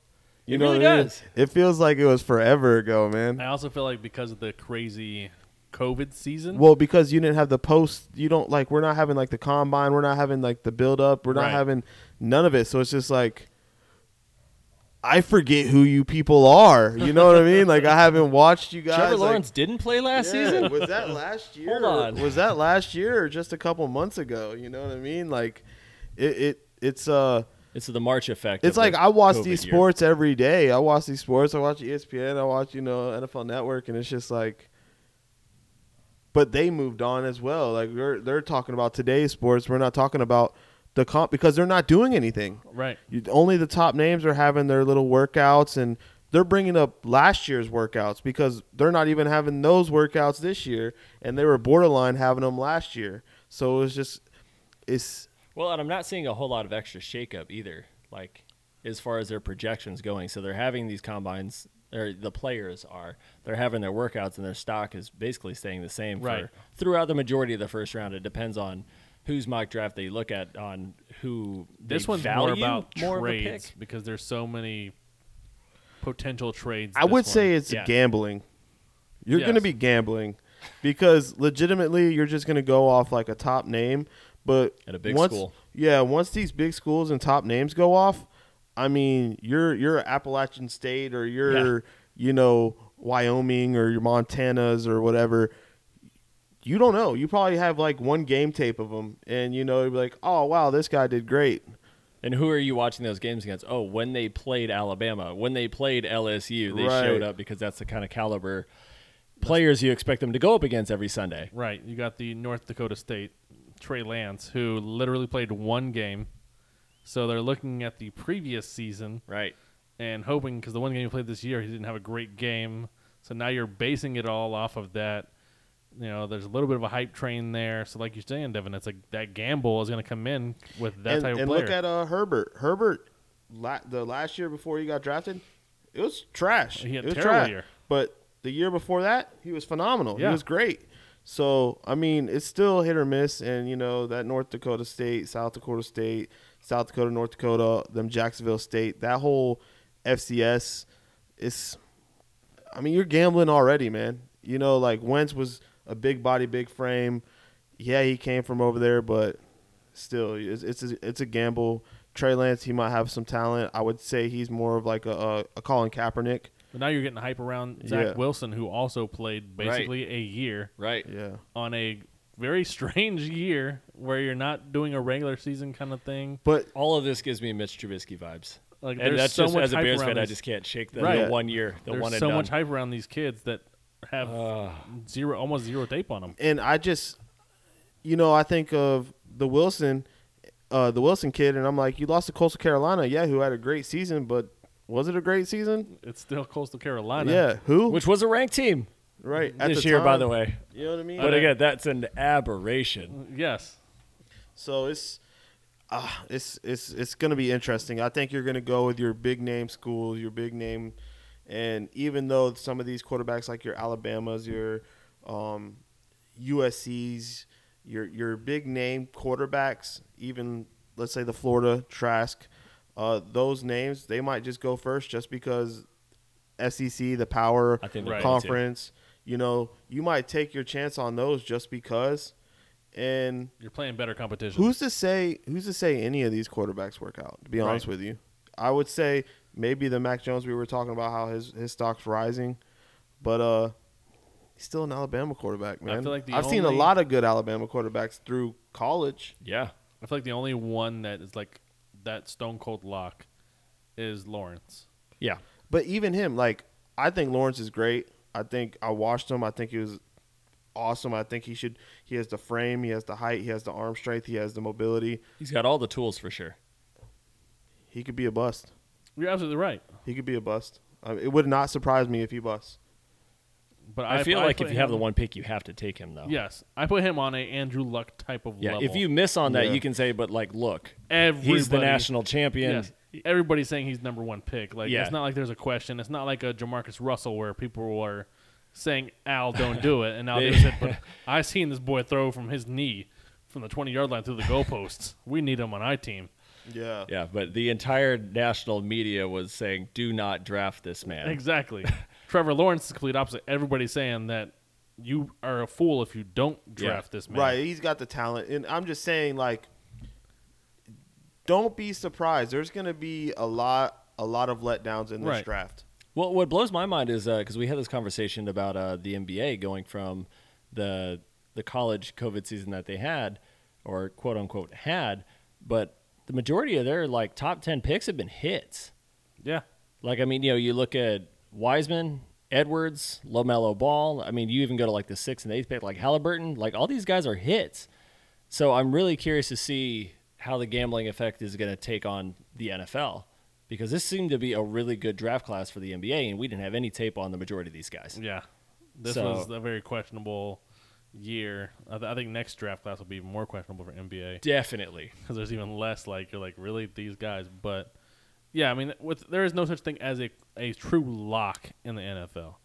Speaker 3: You
Speaker 1: It
Speaker 3: know
Speaker 1: really
Speaker 3: what I mean?
Speaker 1: does.
Speaker 3: It feels like it was forever ago,
Speaker 2: yeah. I
Speaker 3: man.
Speaker 2: also feel like because of the crazy COVID season,
Speaker 3: Well, because you didn't have the post, you don't like we're not having like the combine, we're not having like the build up, we're not
Speaker 2: Right.
Speaker 3: having none of it. So it's just like I forget who you people are. You know what I mean? Like I haven't watched you guys.
Speaker 1: Trevor
Speaker 3: like-
Speaker 1: Lawrence didn't play last
Speaker 3: Yeah,
Speaker 1: season?
Speaker 3: was that last year?
Speaker 1: Hold on.
Speaker 3: Was that last year or just a couple months ago? You know what I mean? Like it, it it's uh
Speaker 1: It's the March effect.
Speaker 3: It's
Speaker 1: of
Speaker 3: like
Speaker 1: the
Speaker 3: I watch
Speaker 1: COVID
Speaker 3: these
Speaker 1: year.
Speaker 3: sports every day. I watch these sports. I watch E ESPN. I watch you know NFL Network, and it's just like. But they moved on as well. Like they're they're talking about today's sports. We're not talking about the comp because they're not doing anything.
Speaker 2: right?
Speaker 3: You, only the top names are having their little workouts, and they're bringing up last year's workouts because they're not even having those workouts this year, and they were borderline having them last year. So it's just it's
Speaker 1: Well, and I'm not seeing a whole lot of extra shakeup either, like as far as their projections going. So they're having these combines, or the players are, they're having their workouts, and their stock is basically staying the same
Speaker 2: Right.
Speaker 1: for throughout the majority of the first round. It depends on whose mock draft they look at, on who they
Speaker 2: This one's more
Speaker 1: value
Speaker 2: about
Speaker 1: more of a
Speaker 2: trades
Speaker 1: pick.
Speaker 2: because there's so many potential trades.
Speaker 3: I
Speaker 2: this one.
Speaker 3: would say it's
Speaker 1: Yeah.
Speaker 3: gambling. You're going to
Speaker 2: Yes.
Speaker 3: be gambling because legitimately you're just going to go off like a top name, but
Speaker 1: At a big
Speaker 3: once,
Speaker 1: school.
Speaker 3: Yeah, once these big schools and top names go off, I mean, you're you're Appalachian State or you're you know Wyoming or your Montana's or whatever. You don't know. You probably have like one game tape of them, and you know you'd be like, "Oh wow, this guy did great."
Speaker 1: And who are you watching those games against? Oh, when they played Alabama, when they played LSU, they
Speaker 3: Right.
Speaker 1: showed up because that's the kind of caliber players you expect them to go up against every Sunday.
Speaker 2: Right. You got the North Dakota State, Trey Lance, who literally played one game. So they're looking at the previous season
Speaker 1: Right.
Speaker 2: and hoping because the one game he played this year, he didn't have a great game. So now you're basing it all off of that. you know, there's a little bit of a hype train there. So, like you're saying, Devin, it's like that gamble is going to come in with that
Speaker 3: and,
Speaker 2: type of
Speaker 3: and
Speaker 2: player.
Speaker 3: look at uh, Herbert. Herbert, la- the last year before he got drafted, it was trash.
Speaker 2: He had
Speaker 3: it was
Speaker 2: terrible
Speaker 3: trash.
Speaker 2: year.
Speaker 3: But the year before that, he was phenomenal.
Speaker 2: Yeah.
Speaker 3: He was great. So I mean, it's still hit or miss, and you know that North Dakota State, South Dakota State, South Dakota, North Dakota, them Jacksonville State, that whole FCS, it's. I mean, you're gambling already, man. You know, like Wentz was a big body, big frame. Yeah, he came from over there, but still, it's it's a, it's a gamble. Trey Lance, he might have some talent. I would say he's more of like a a, a Colin Kaepernick.
Speaker 2: but now you're getting hype around Zach
Speaker 3: Yeah.
Speaker 2: Wilson, who also played basically a year
Speaker 1: Right.
Speaker 3: Yeah,
Speaker 2: on a very strange year where you're not doing a regular season kind of thing.
Speaker 3: but
Speaker 1: All of this gives me Mitch Trubisky vibes.
Speaker 2: Like
Speaker 1: And
Speaker 2: there's
Speaker 1: that's
Speaker 2: so
Speaker 1: just
Speaker 2: much
Speaker 1: as a
Speaker 2: hype
Speaker 1: Bears
Speaker 2: around
Speaker 1: fan, I
Speaker 2: this-
Speaker 1: just can't shake the,
Speaker 2: Right.
Speaker 1: the one year, the
Speaker 2: there's
Speaker 1: one and
Speaker 2: so
Speaker 1: done.
Speaker 2: much hype around these kids that have zero, almost zero tape on them.
Speaker 3: and I just, you know, I think of the Wilson, uh, the Wilson kid, and I'm like, you lost to Coastal Carolina, yeah, who had a great season, but was it a great season?
Speaker 2: It's still Coastal Carolina.
Speaker 3: Yeah, who?
Speaker 1: which was a ranked team
Speaker 3: right at
Speaker 1: this
Speaker 3: the
Speaker 1: year, by
Speaker 3: time.
Speaker 1: the way.
Speaker 3: You know what I mean?
Speaker 1: But again, that's an aberration.
Speaker 2: Yes.
Speaker 3: So it's uh, it's it's it's going to be interesting. I think you're going to go with your big name schools, your big name, and even though some of these quarterbacks like your Alabamas, your um, USC's, your your big name quarterbacks, even let's say the Florida Trask, uh, those names they might just go first just because SEC, the power
Speaker 1: I think they're
Speaker 2: Right.
Speaker 1: going to.
Speaker 3: conference. You know, you might take your chance on those just because, and
Speaker 2: You're playing better competition.
Speaker 3: Who's to say? Who's to say any of these quarterbacks work out? To be honest with you, I would say maybe the Mac Jones we were talking about how his his stock's rising, but uh, he's still an Alabama quarterback, man.
Speaker 2: feel like the
Speaker 3: I've seen a
Speaker 2: only-
Speaker 3: lot of good Alabama quarterbacks through college.
Speaker 1: Yeah.
Speaker 2: I feel like the only one that is like that stone cold lock is Lawrence.
Speaker 1: Yeah.
Speaker 3: But even him, like I think Lawrence is great. I think I watched him. I think he was awesome. I think he should. He has the frame. He has the height. He has the arm strength. He has the mobility.
Speaker 1: He's got all the tools for sure.
Speaker 3: He could be a bust.
Speaker 2: You're absolutely right.
Speaker 3: He could be a bust. I it would not surprise me if he busts.
Speaker 2: But
Speaker 1: I,
Speaker 2: I,
Speaker 1: feel like
Speaker 2: put
Speaker 1: if you have
Speaker 2: him-
Speaker 1: the one pick, you have to take him, though.
Speaker 2: yes, I put him on a Andrew Luck type of
Speaker 1: Yeah.
Speaker 2: level.
Speaker 1: If you miss on that,
Speaker 3: Yeah.
Speaker 1: you can say, but like, look,
Speaker 2: everybody,
Speaker 1: he's the national champion.
Speaker 2: Yes, everybody's saying he's number one pick. Like
Speaker 1: Yeah.
Speaker 2: it's not like there's a question. It's not like a Jamarcus Russell where people were saying Al don't do it, and Al
Speaker 1: They-
Speaker 2: Davis said, "But I seen this boy throw from his knee from the 20 yard line through the goalposts. we need him on our team."
Speaker 3: Yeah.
Speaker 1: Yeah. But the entire national media was saying, do not draft this man.
Speaker 2: Exactly. Trevor Lawrence is the complete opposite. Everybody's saying that you are a fool if you don't draft this man.
Speaker 3: Right, he's got the talent, and I'm just saying, like, don't be surprised. There's going to be a lot, a lot of letdowns in this
Speaker 2: Right.
Speaker 3: draft.
Speaker 1: Well, what blows my mind is because we had this conversation about uh, the NBA going from the the college COVID season that they had, or quote unquote had, but the majority of their like top ten picks have been hits.
Speaker 2: Yeah.
Speaker 1: Like I mean, you know, you look at Wiseman, Edwards, Lomelo Ball. I mean, you even go to like the sixth and eighth pick, like Halliburton. Like all these guys are hits. So I'm really curious to see how the gambling effect is going to take on the NFL because this seemed to be a really good draft class for the NBA, and we didn't have any tape on the majority of these guys.
Speaker 2: Yeah. This
Speaker 1: So-
Speaker 2: was a very questionable year. I, th- I think next draft class will be even more questionable for NBA
Speaker 1: Definitely.
Speaker 2: because there's even less like you're like really these guys, but yeah, I mean, with there is no such thing as a a true lock in the NFL.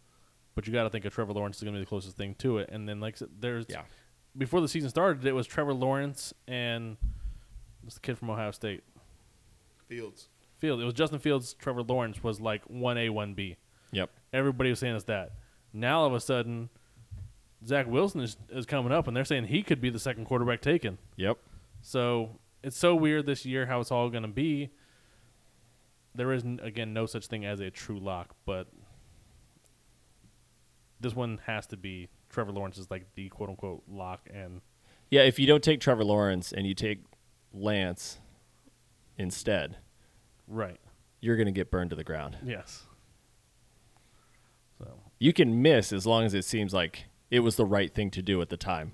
Speaker 2: But you got to think of Trevor Lawrence is going to be the closest thing to it, and then like I said, there's
Speaker 1: Yeah.
Speaker 2: before the season started, it was Trevor Lawrence and what's the kid from Ohio State.
Speaker 3: Fields.
Speaker 2: Field. It was Justin Fields. Trevor Lawrence was like one A, one B.
Speaker 1: Yep.
Speaker 2: Everybody was saying it's that. Now all of a sudden, Zach Wilson is, is coming up, and they're saying he could be the second quarterback taken.
Speaker 1: Yep.
Speaker 2: So it's so weird this year how it's all going to be. There is n- again no such thing as a true lock, but this one has to be Trevor Lawrence is like the quote unquote lock, and
Speaker 1: Yeah. If you don't take Trevor Lawrence and you take Lance instead,
Speaker 2: right,
Speaker 1: you're going to get burned to the ground.
Speaker 2: yes. So
Speaker 1: you can miss as long as it seems like it was the right thing to do at the time.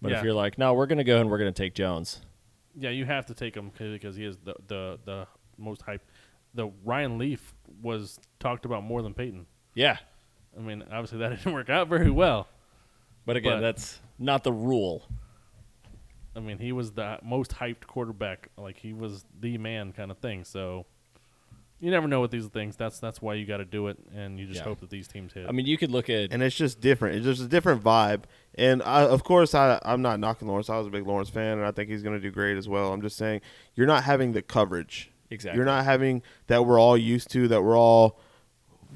Speaker 1: But
Speaker 2: Yeah.
Speaker 1: if you're like, no, we're going to go and we're going to take Jones.
Speaker 2: Yeah, you have to take him because he is the, the the most hype. The Ryan Leaf was talked about more than Peyton.
Speaker 1: Yeah.
Speaker 2: I mean, obviously that didn't work out very well.
Speaker 1: But again,
Speaker 2: But-
Speaker 1: that's not the rule.
Speaker 2: I mean, he was the most hyped quarterback. Like he was the man kind of thing. So you never know with these things. That's that's why you got to do it, and you just
Speaker 1: Yeah.
Speaker 2: hope that these teams hit.
Speaker 1: I mean, you could look at
Speaker 3: and it's just different. It's just a different vibe. And I, of course, I, I'm not knocking Lawrence. I was a big Lawrence fan, and I think he's going to do great as well. I'm just saying you're not having the coverage.
Speaker 1: Exactly.
Speaker 3: You're not having that we're all used to. That we're all.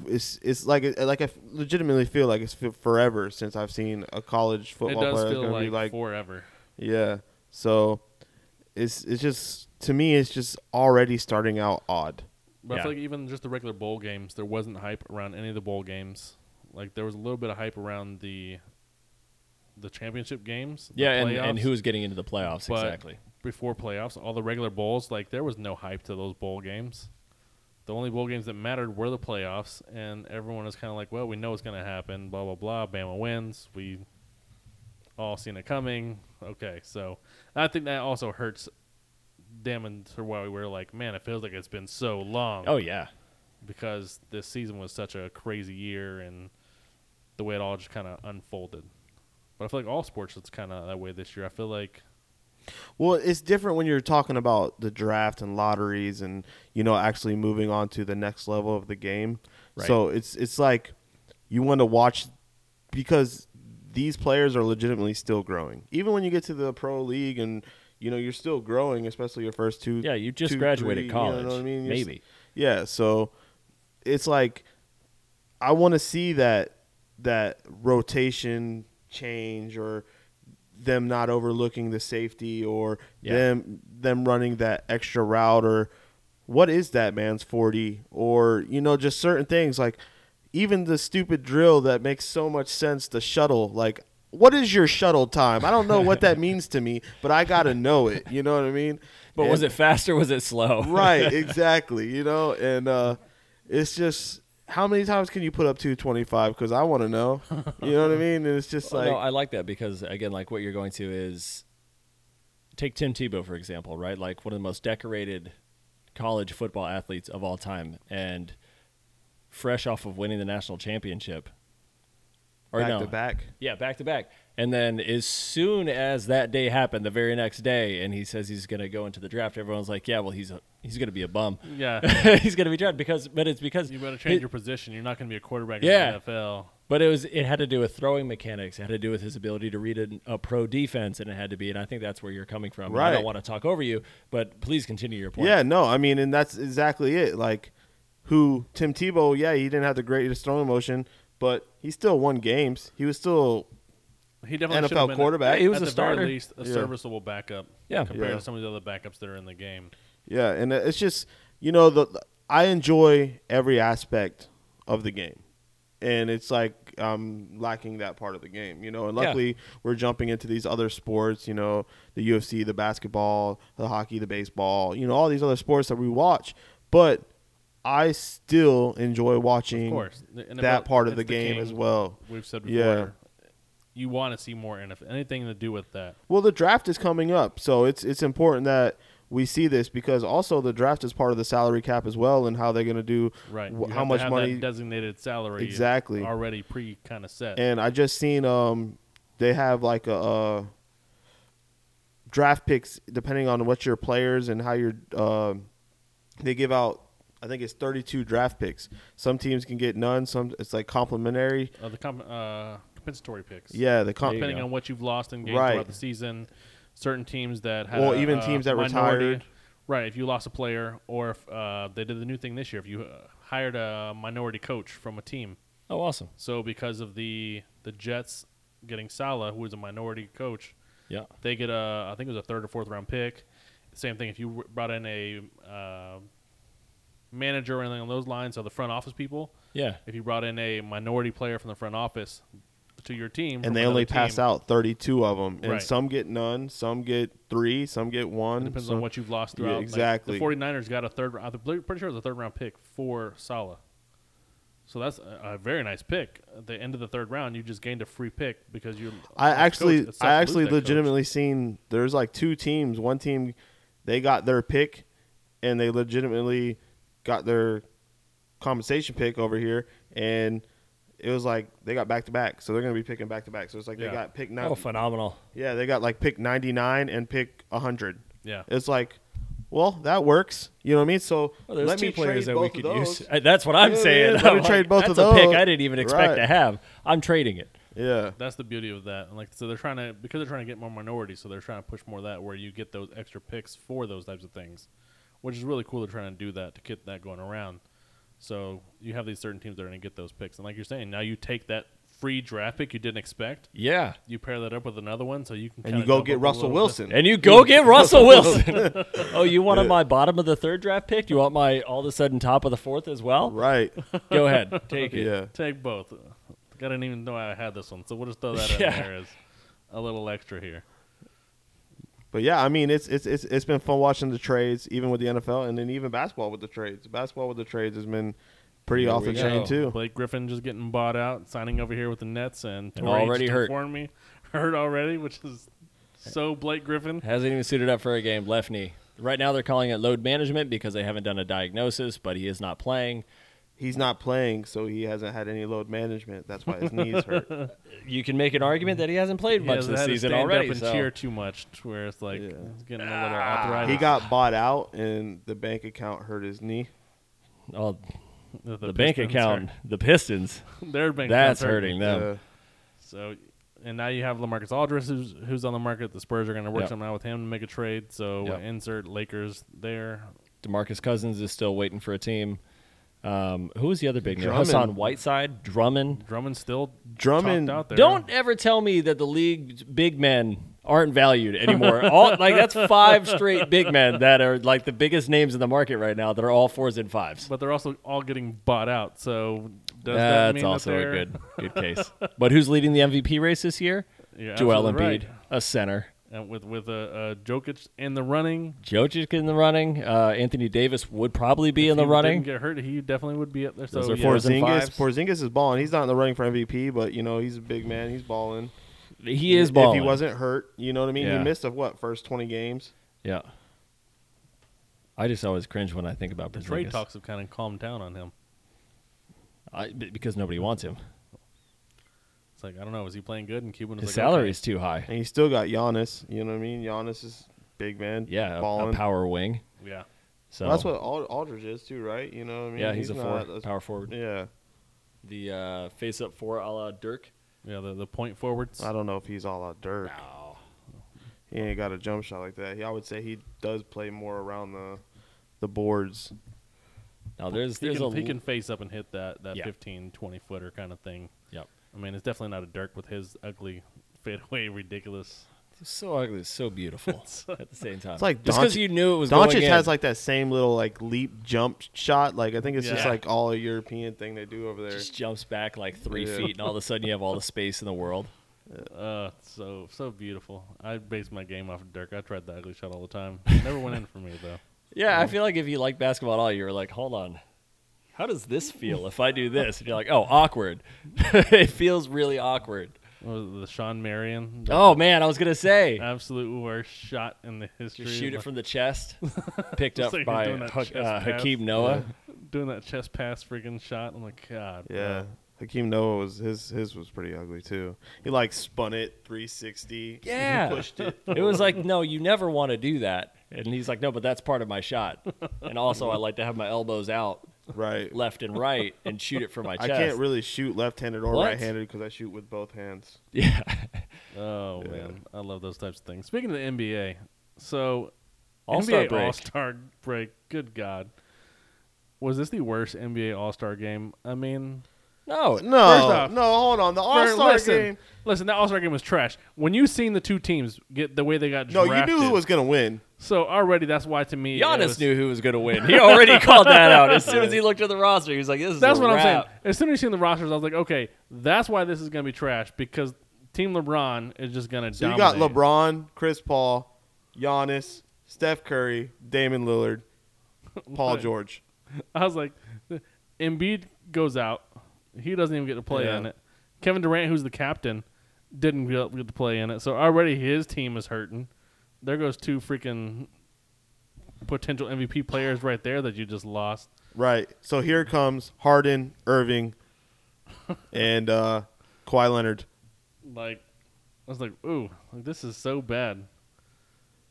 Speaker 3: It's it's like like I legitimately feel like it's f- forever since I've seen a college
Speaker 2: it
Speaker 3: football
Speaker 2: does
Speaker 3: player
Speaker 2: feel
Speaker 3: gonna
Speaker 2: like,
Speaker 3: be like
Speaker 2: forever.
Speaker 3: yeah. So it's it's just to me it's just already starting out odd.
Speaker 2: But I
Speaker 1: Yeah.
Speaker 2: feel like even just the regular bowl games, there wasn't hype around any of the bowl games. Like there was a little bit of hype around the the championship games. the
Speaker 1: yeah, and, and
Speaker 2: playoffs.
Speaker 1: who's getting into the playoffs
Speaker 2: But-
Speaker 1: exactly?
Speaker 2: before playoffs, all the regular bowls, like there was no hype to those bowl games. The only bowl games that mattered were the playoffs, and everyone was kind of like, "Well, we know it's going to happen." Blah blah blah. Bama wins. We all seen it coming. Okay, so I think that also hurts. Damon for why we were like, man, it feels like it's been so long
Speaker 1: Oh yeah,
Speaker 2: because this season was such a crazy year and the way it all just kind of unfolded. But I feel like all sports it's kind of that way this year. I feel like
Speaker 3: Well, it's different when you're talking about the draft and lotteries and you know actually moving on to the next level of the game.
Speaker 1: Right.
Speaker 3: So it's it's like you want to watch because these players are legitimately still growing. Even when you get to the pro league and you know you're still growing, especially your first two.
Speaker 1: yeah. You just
Speaker 3: two,
Speaker 1: graduated
Speaker 3: three, you know
Speaker 1: college,
Speaker 3: what I mean? You're s-
Speaker 1: maybe.
Speaker 3: Yeah, so it's like I want to see that that rotation change or them not overlooking the safety or
Speaker 1: Yeah.
Speaker 3: them them running that extra route or what is that man's 40 or you know just certain things like even the stupid drill that makes so much sense the shuttle like what is your shuttle time? I don't know what that means to me, but I got to know it. You know what I mean?
Speaker 1: But was
Speaker 3: And-
Speaker 1: it fast or was it slow?
Speaker 3: right exactly you know and uh it's just how many times can you put up 225 because i want to know you know what i mean and it's just
Speaker 1: Well,
Speaker 3: like
Speaker 1: Oh, no, I like that because again, like what you're going to is take Tim Tebow for example, right? Like one of the most decorated college football athletes of all time, and fresh off of winning the national championship. Or
Speaker 3: back
Speaker 1: no,
Speaker 3: to back
Speaker 1: yeah, back to back. And then as soon as that day happened, the very next day, and he says he's going to go into the draft, everyone's like, "Yeah, well, he's a, he's going to be a bum.
Speaker 2: yeah,
Speaker 1: he's going to be drafted because." But it's because
Speaker 2: you better change
Speaker 1: it-
Speaker 2: your position. You're not going to be a quarterback
Speaker 1: Yeah.
Speaker 2: in the NFL.
Speaker 1: But it was it had to do with throwing mechanics. It had to do with his ability to read an, a pro defense, and it had to be. And I think that's where you're coming from. I don't
Speaker 3: Right.
Speaker 1: want to talk over you, but please continue your point.
Speaker 3: yeah no i mean and that's exactly it like who tim tebow yeah he didn't have the greatest throwing motion but he still won games he was still
Speaker 2: He definitely should
Speaker 3: NFL
Speaker 2: have been
Speaker 3: quarterback.
Speaker 1: He was
Speaker 2: at
Speaker 1: a
Speaker 2: the
Speaker 1: starter.
Speaker 2: very least a
Speaker 3: Yeah.
Speaker 2: serviceable backup.
Speaker 1: Yeah.
Speaker 2: compared
Speaker 3: Yeah.
Speaker 2: to some of the other backups that are in the game.
Speaker 3: Yeah, and it's just you know the I enjoy every aspect of the game, and it's like I'm lacking that part of the game, you know. And
Speaker 1: Yeah.
Speaker 3: luckily, we're jumping into these other sports, you know, the UFC, the basketball, the hockey, the baseball, you know, all these other sports that we watch. But I still enjoy
Speaker 2: Of
Speaker 3: watching
Speaker 2: course, The NFL
Speaker 3: that part of
Speaker 2: it's
Speaker 3: the game as
Speaker 2: king.
Speaker 3: well.
Speaker 2: We've said before.
Speaker 3: Yeah.
Speaker 2: You want to see more NFL. Anything to do with that.
Speaker 3: Well, the draft is coming up, so it's it's important that we see this because also the draft is part of the salary cap as well, and how they're going to do
Speaker 2: Right.
Speaker 3: wh-
Speaker 2: You have
Speaker 3: how
Speaker 2: to
Speaker 3: much
Speaker 2: have that
Speaker 3: money
Speaker 2: designated salary is
Speaker 3: Exactly.
Speaker 2: already pre kind of set.
Speaker 3: And I just seen um they have like a, uh draft picks depending on what your players and how your um they give out. I think it's 32 draft picks. Some teams can get none. Some it's like complimentary.
Speaker 2: Uh, the comp- uh, compensatory picks.
Speaker 3: Yeah, the comp.
Speaker 1: There you
Speaker 2: depending
Speaker 1: go.
Speaker 2: on what you've lost and gained
Speaker 3: Right.
Speaker 2: throughout the season. Certain teams that had
Speaker 3: Well,
Speaker 2: a-
Speaker 3: even
Speaker 2: a
Speaker 3: teams that
Speaker 2: minority-
Speaker 3: retired.
Speaker 2: Right, if you lost a player, or if uh, they did the new thing this year, if you uh, hired a minority coach from a team,
Speaker 1: Oh, awesome.
Speaker 2: so because of the the Jets getting Sala, who is a minority coach,
Speaker 1: Yeah.
Speaker 2: they get a I think it was a third or fourth round pick. Same thing if you w- brought in a uh, manager or anything on those lines, so the front office people.
Speaker 1: Yeah.
Speaker 2: If you brought in a minority player from the front office to your team,
Speaker 3: And they only pass
Speaker 2: out.
Speaker 3: out 32 of them, and
Speaker 2: Right.
Speaker 3: some get none, some get three, some get one.
Speaker 2: Depends
Speaker 3: some-
Speaker 2: on what you've lost
Speaker 3: Yeah,
Speaker 2: throughout.
Speaker 3: exactly.
Speaker 2: Like, the 49ers got a third. I'm pretty pretty sure it was a third round pick for Sala. So that's a, a very nice pick. At the end of the third round, you just gained a free pick because you.
Speaker 3: I
Speaker 2: as coach,
Speaker 3: actually,
Speaker 2: it sucks to
Speaker 3: I
Speaker 2: lose
Speaker 3: actually
Speaker 2: that coach.
Speaker 3: legitimately seen there's like two teams. One team, they got their pick, and they legitimately got their compensation pick over here, and it was like they got back to back, so they're gonna be picking back to back. So it's like
Speaker 2: Yeah.
Speaker 3: they got pick
Speaker 1: Oh,
Speaker 3: nine.
Speaker 1: phenomenal.
Speaker 3: yeah, they got like pick ninety nine and pick hundred.
Speaker 2: Yeah.
Speaker 3: It's like, well, that works. You know what I mean? So
Speaker 1: Well, Oh, there's
Speaker 3: let
Speaker 1: two
Speaker 3: me
Speaker 1: players
Speaker 3: trade
Speaker 1: that
Speaker 3: both
Speaker 1: we
Speaker 3: of
Speaker 1: could
Speaker 3: those.
Speaker 1: use. Uh, That's what I'm
Speaker 3: Yeah,
Speaker 1: saying.
Speaker 3: yeah, let me
Speaker 1: I'm
Speaker 3: trade both
Speaker 1: that's
Speaker 3: of
Speaker 1: a pick
Speaker 3: those.
Speaker 1: I didn't even expect
Speaker 3: Right.
Speaker 1: to have. I'm trading it.
Speaker 3: Yeah,
Speaker 2: That's the beauty of that. And like so they're trying to because they're trying to get more minorities, so they're trying to push more of that where you get those extra picks for those types of things. Which is really cool they're trying to do that to get that going around. So you have these certain teams that are gonna get those picks. And like you're saying, now you take that free draft pick you didn't expect,
Speaker 1: Yeah.
Speaker 2: you pair that up with another one so you can
Speaker 3: and
Speaker 2: kinda
Speaker 3: you go
Speaker 2: double up
Speaker 3: get
Speaker 2: a
Speaker 3: Russell
Speaker 2: little bit.
Speaker 3: Wilson.
Speaker 1: And you go get Russell Wilson. oh, you wanted my bottom of the third draft pick? You want my all of a sudden top of the fourth as well?
Speaker 3: Right.
Speaker 1: Go ahead. Take it.
Speaker 3: yeah.
Speaker 2: Take both. I didn't even know I had this one, so we'll just throw that
Speaker 1: Yeah.
Speaker 2: in there as a little extra here.
Speaker 3: But yeah, I mean, it's it's it's it's been fun watching the trades, even with the NFL, and then even basketball with the trades. Basketball with the trades has been pretty off
Speaker 1: we
Speaker 3: the
Speaker 1: go.
Speaker 3: chain too.
Speaker 2: Blake Griffin just getting bought out, signing over here with the Nets, and,
Speaker 1: And
Speaker 2: Torrey
Speaker 1: already
Speaker 2: just
Speaker 1: hurt.
Speaker 2: informed me hurt already, which is so Blake Griffin.
Speaker 1: Hasn't even suited up for a game. Left knee. Right now they're calling it load management because they haven't done a diagnosis, but he is not playing.
Speaker 3: He's not playing, so he hasn't had any load management. That's why his knees hurt.
Speaker 1: You can make an argument that he hasn't played
Speaker 2: He
Speaker 1: much
Speaker 2: hasn't
Speaker 1: this
Speaker 2: had to
Speaker 1: season
Speaker 2: stand
Speaker 1: already.
Speaker 2: Up and
Speaker 1: so- Ah.
Speaker 2: cheer too much, to where it's like it's getting a little arthritis.
Speaker 3: He got bought out, and the bank account hurt his knee.
Speaker 1: Oh,
Speaker 2: the,
Speaker 1: the, bank
Speaker 2: Pistons
Speaker 1: account, the Pistons.
Speaker 2: hurt. Their bank account's
Speaker 1: That's hurting them.
Speaker 3: Uh,
Speaker 2: So, and now you have Lamarcus Aldridge, who's, who's on the market. The Spurs are going to work
Speaker 1: Yep.
Speaker 2: something out with him to make a trade. So
Speaker 1: Yep.
Speaker 2: insert Lakers there.
Speaker 1: Demarcus Cousins is still waiting for a team. Um, who was the other big name?
Speaker 3: Drummond.
Speaker 1: Hassan Whiteside, Drummond.
Speaker 2: Drummond's still
Speaker 3: Drummond-
Speaker 2: topped out there.
Speaker 1: Don't ever tell me that the league's big men aren't valued anymore. all like that's five straight big men that are like the biggest names in the market right now that are all fours and fives.
Speaker 2: But they're also all getting bought out. So does that
Speaker 1: That's
Speaker 2: mean
Speaker 1: also
Speaker 2: that
Speaker 1: a
Speaker 2: they're,
Speaker 1: good good case. but who's leading the MVP race this year?
Speaker 2: You're
Speaker 1: Joel
Speaker 2: absolutely
Speaker 1: Embiid,
Speaker 2: right.
Speaker 1: a center.
Speaker 2: and with with a, uh Jokic in the running.
Speaker 1: Jokic in the running. Uh, Anthony Davis would probably be in the
Speaker 2: He
Speaker 1: running.
Speaker 2: Didn't get hurt. He definitely would be up there. So
Speaker 1: Those are
Speaker 2: yeah,
Speaker 1: fours and
Speaker 3: Porzingis,
Speaker 1: fives.
Speaker 3: Porzingis is balling. He's not in the running for MVP, but you know he's a big man. He's balling.
Speaker 1: he is balling.
Speaker 3: If he wasn't hurt, you know what I mean.
Speaker 1: Yeah.
Speaker 3: He missed of what first twenty games.
Speaker 1: Yeah. I just always cringe when I think about
Speaker 2: the
Speaker 1: Porzingis.
Speaker 2: trade talks have kind of calmed down on him.
Speaker 1: I, b- because nobody wants him.
Speaker 2: It's like I don't know. Is he playing good? And Cuban was
Speaker 1: His
Speaker 2: like,
Speaker 1: salary
Speaker 2: okay.
Speaker 1: is too high.
Speaker 3: And he still got Giannis. You know what I mean? Giannis is big man.
Speaker 1: Yeah, a- a,
Speaker 3: balling.
Speaker 1: power wing.
Speaker 2: Yeah,
Speaker 1: So
Speaker 3: Well, that's what Ald- Aldridge is too, right? You know what I mean?
Speaker 1: Yeah, he's, a
Speaker 3: not
Speaker 1: forward, power forward.
Speaker 3: Yeah,
Speaker 1: The uh, face up four, a la Dirk.
Speaker 2: yeah. The, the point forwards.
Speaker 3: I don't know if he's all out dirt.
Speaker 1: Oh.
Speaker 3: He ain't got a jump shot like that. He, I would say he does play more around the the boards.
Speaker 1: Now there's
Speaker 2: He
Speaker 1: there's
Speaker 2: can,
Speaker 1: a
Speaker 2: he can face up and hit that that
Speaker 1: Yeah.
Speaker 2: 15, 20 footer kind of thing.
Speaker 1: yep.
Speaker 2: I mean, it's definitely not a Dirk with his ugly fadeaway, ridiculous.
Speaker 1: It's so ugly, it's so beautiful at the same time.
Speaker 3: It's like
Speaker 1: just because
Speaker 3: Doncic-
Speaker 1: you knew it was
Speaker 3: Doncic
Speaker 1: going in.
Speaker 3: has like that same little like leap jump shot. Like I think it's just
Speaker 2: Yeah.
Speaker 3: like all a European thing they do over there.
Speaker 1: just jumps back like three
Speaker 3: Yeah.
Speaker 1: feet, and all of a sudden you have all the space in the world.
Speaker 2: Uh, so so beautiful. I base my game off of Dirk. I tried the ugly shot all the time. Never went in for me though.
Speaker 1: Yeah, I feel like if you like basketball at all, you're like, hold on, how does this feel if I do this? And you're like, oh, awkward. it feels really awkward.
Speaker 2: What was it, the Sean Marion? The
Speaker 1: Oh man, I was gonna say,
Speaker 2: absolute worst shot in the history.
Speaker 1: just
Speaker 2: of
Speaker 1: shoot
Speaker 2: my-
Speaker 1: it from the chest, picked up
Speaker 2: It's like
Speaker 1: by
Speaker 2: doing that
Speaker 1: Hak-
Speaker 2: chest
Speaker 1: uh,
Speaker 2: pass.
Speaker 1: Hakeem Noah.
Speaker 2: doing that chest pass freaking shot. I'm like, God, bro.
Speaker 3: Yeah. Hakeem Noah was his his was pretty ugly too. He like spun it 360.
Speaker 1: Yeah.
Speaker 3: pushed it.
Speaker 1: It was like, no, you never want to do that. And he's like, no, but that's part of my shot. And also, I like to have my elbows out
Speaker 3: Right.
Speaker 1: left and right and shoot it from my
Speaker 3: I
Speaker 1: chest.
Speaker 3: can't really shoot left-handed or
Speaker 1: What?
Speaker 3: right-handed because I shoot with both hands.
Speaker 1: yeah.
Speaker 2: Oh man, I love those types of things. Speaking of the NBA, so
Speaker 1: All-Star
Speaker 2: NBA
Speaker 1: break.
Speaker 2: All Star break. Good God, was this the worst NBA All Star game? I mean,
Speaker 1: No.
Speaker 3: No,
Speaker 2: off-
Speaker 3: no, hold on. The All-Star
Speaker 2: listen,
Speaker 3: game.
Speaker 2: listen, that All Star game was trash. When you seen the two teams get the way they got
Speaker 3: No,
Speaker 2: drafted,
Speaker 3: you knew who was gonna win.
Speaker 2: so already that's why to me it
Speaker 1: Giannis
Speaker 2: was-
Speaker 1: knew who was going to win. He already called that out as soon as he looked at the roster. He was like, "This is
Speaker 2: That's
Speaker 1: a
Speaker 2: what I'm saying.
Speaker 1: wrap.
Speaker 2: As soon as you seen the rosters, I was like, okay, that's why this is gonna be trash because Team LeBron is just gonna.
Speaker 3: So you got
Speaker 2: dominate.
Speaker 3: LeBron, Chris Paul, Giannis, Steph Curry, Damon Lillard, Paul George.
Speaker 2: I was like, Embiid goes out. He doesn't even get to play
Speaker 3: Yeah.
Speaker 2: in it. Kevin Durant, who's the captain, didn't get get to play in it. So already his team is hurting. There goes two freaking potential MVP players right there that you just lost.
Speaker 3: Right. So here comes Harden, Irving, and uh, Kawhi Leonard.
Speaker 2: Like, I was like, ooh, like, this is so bad.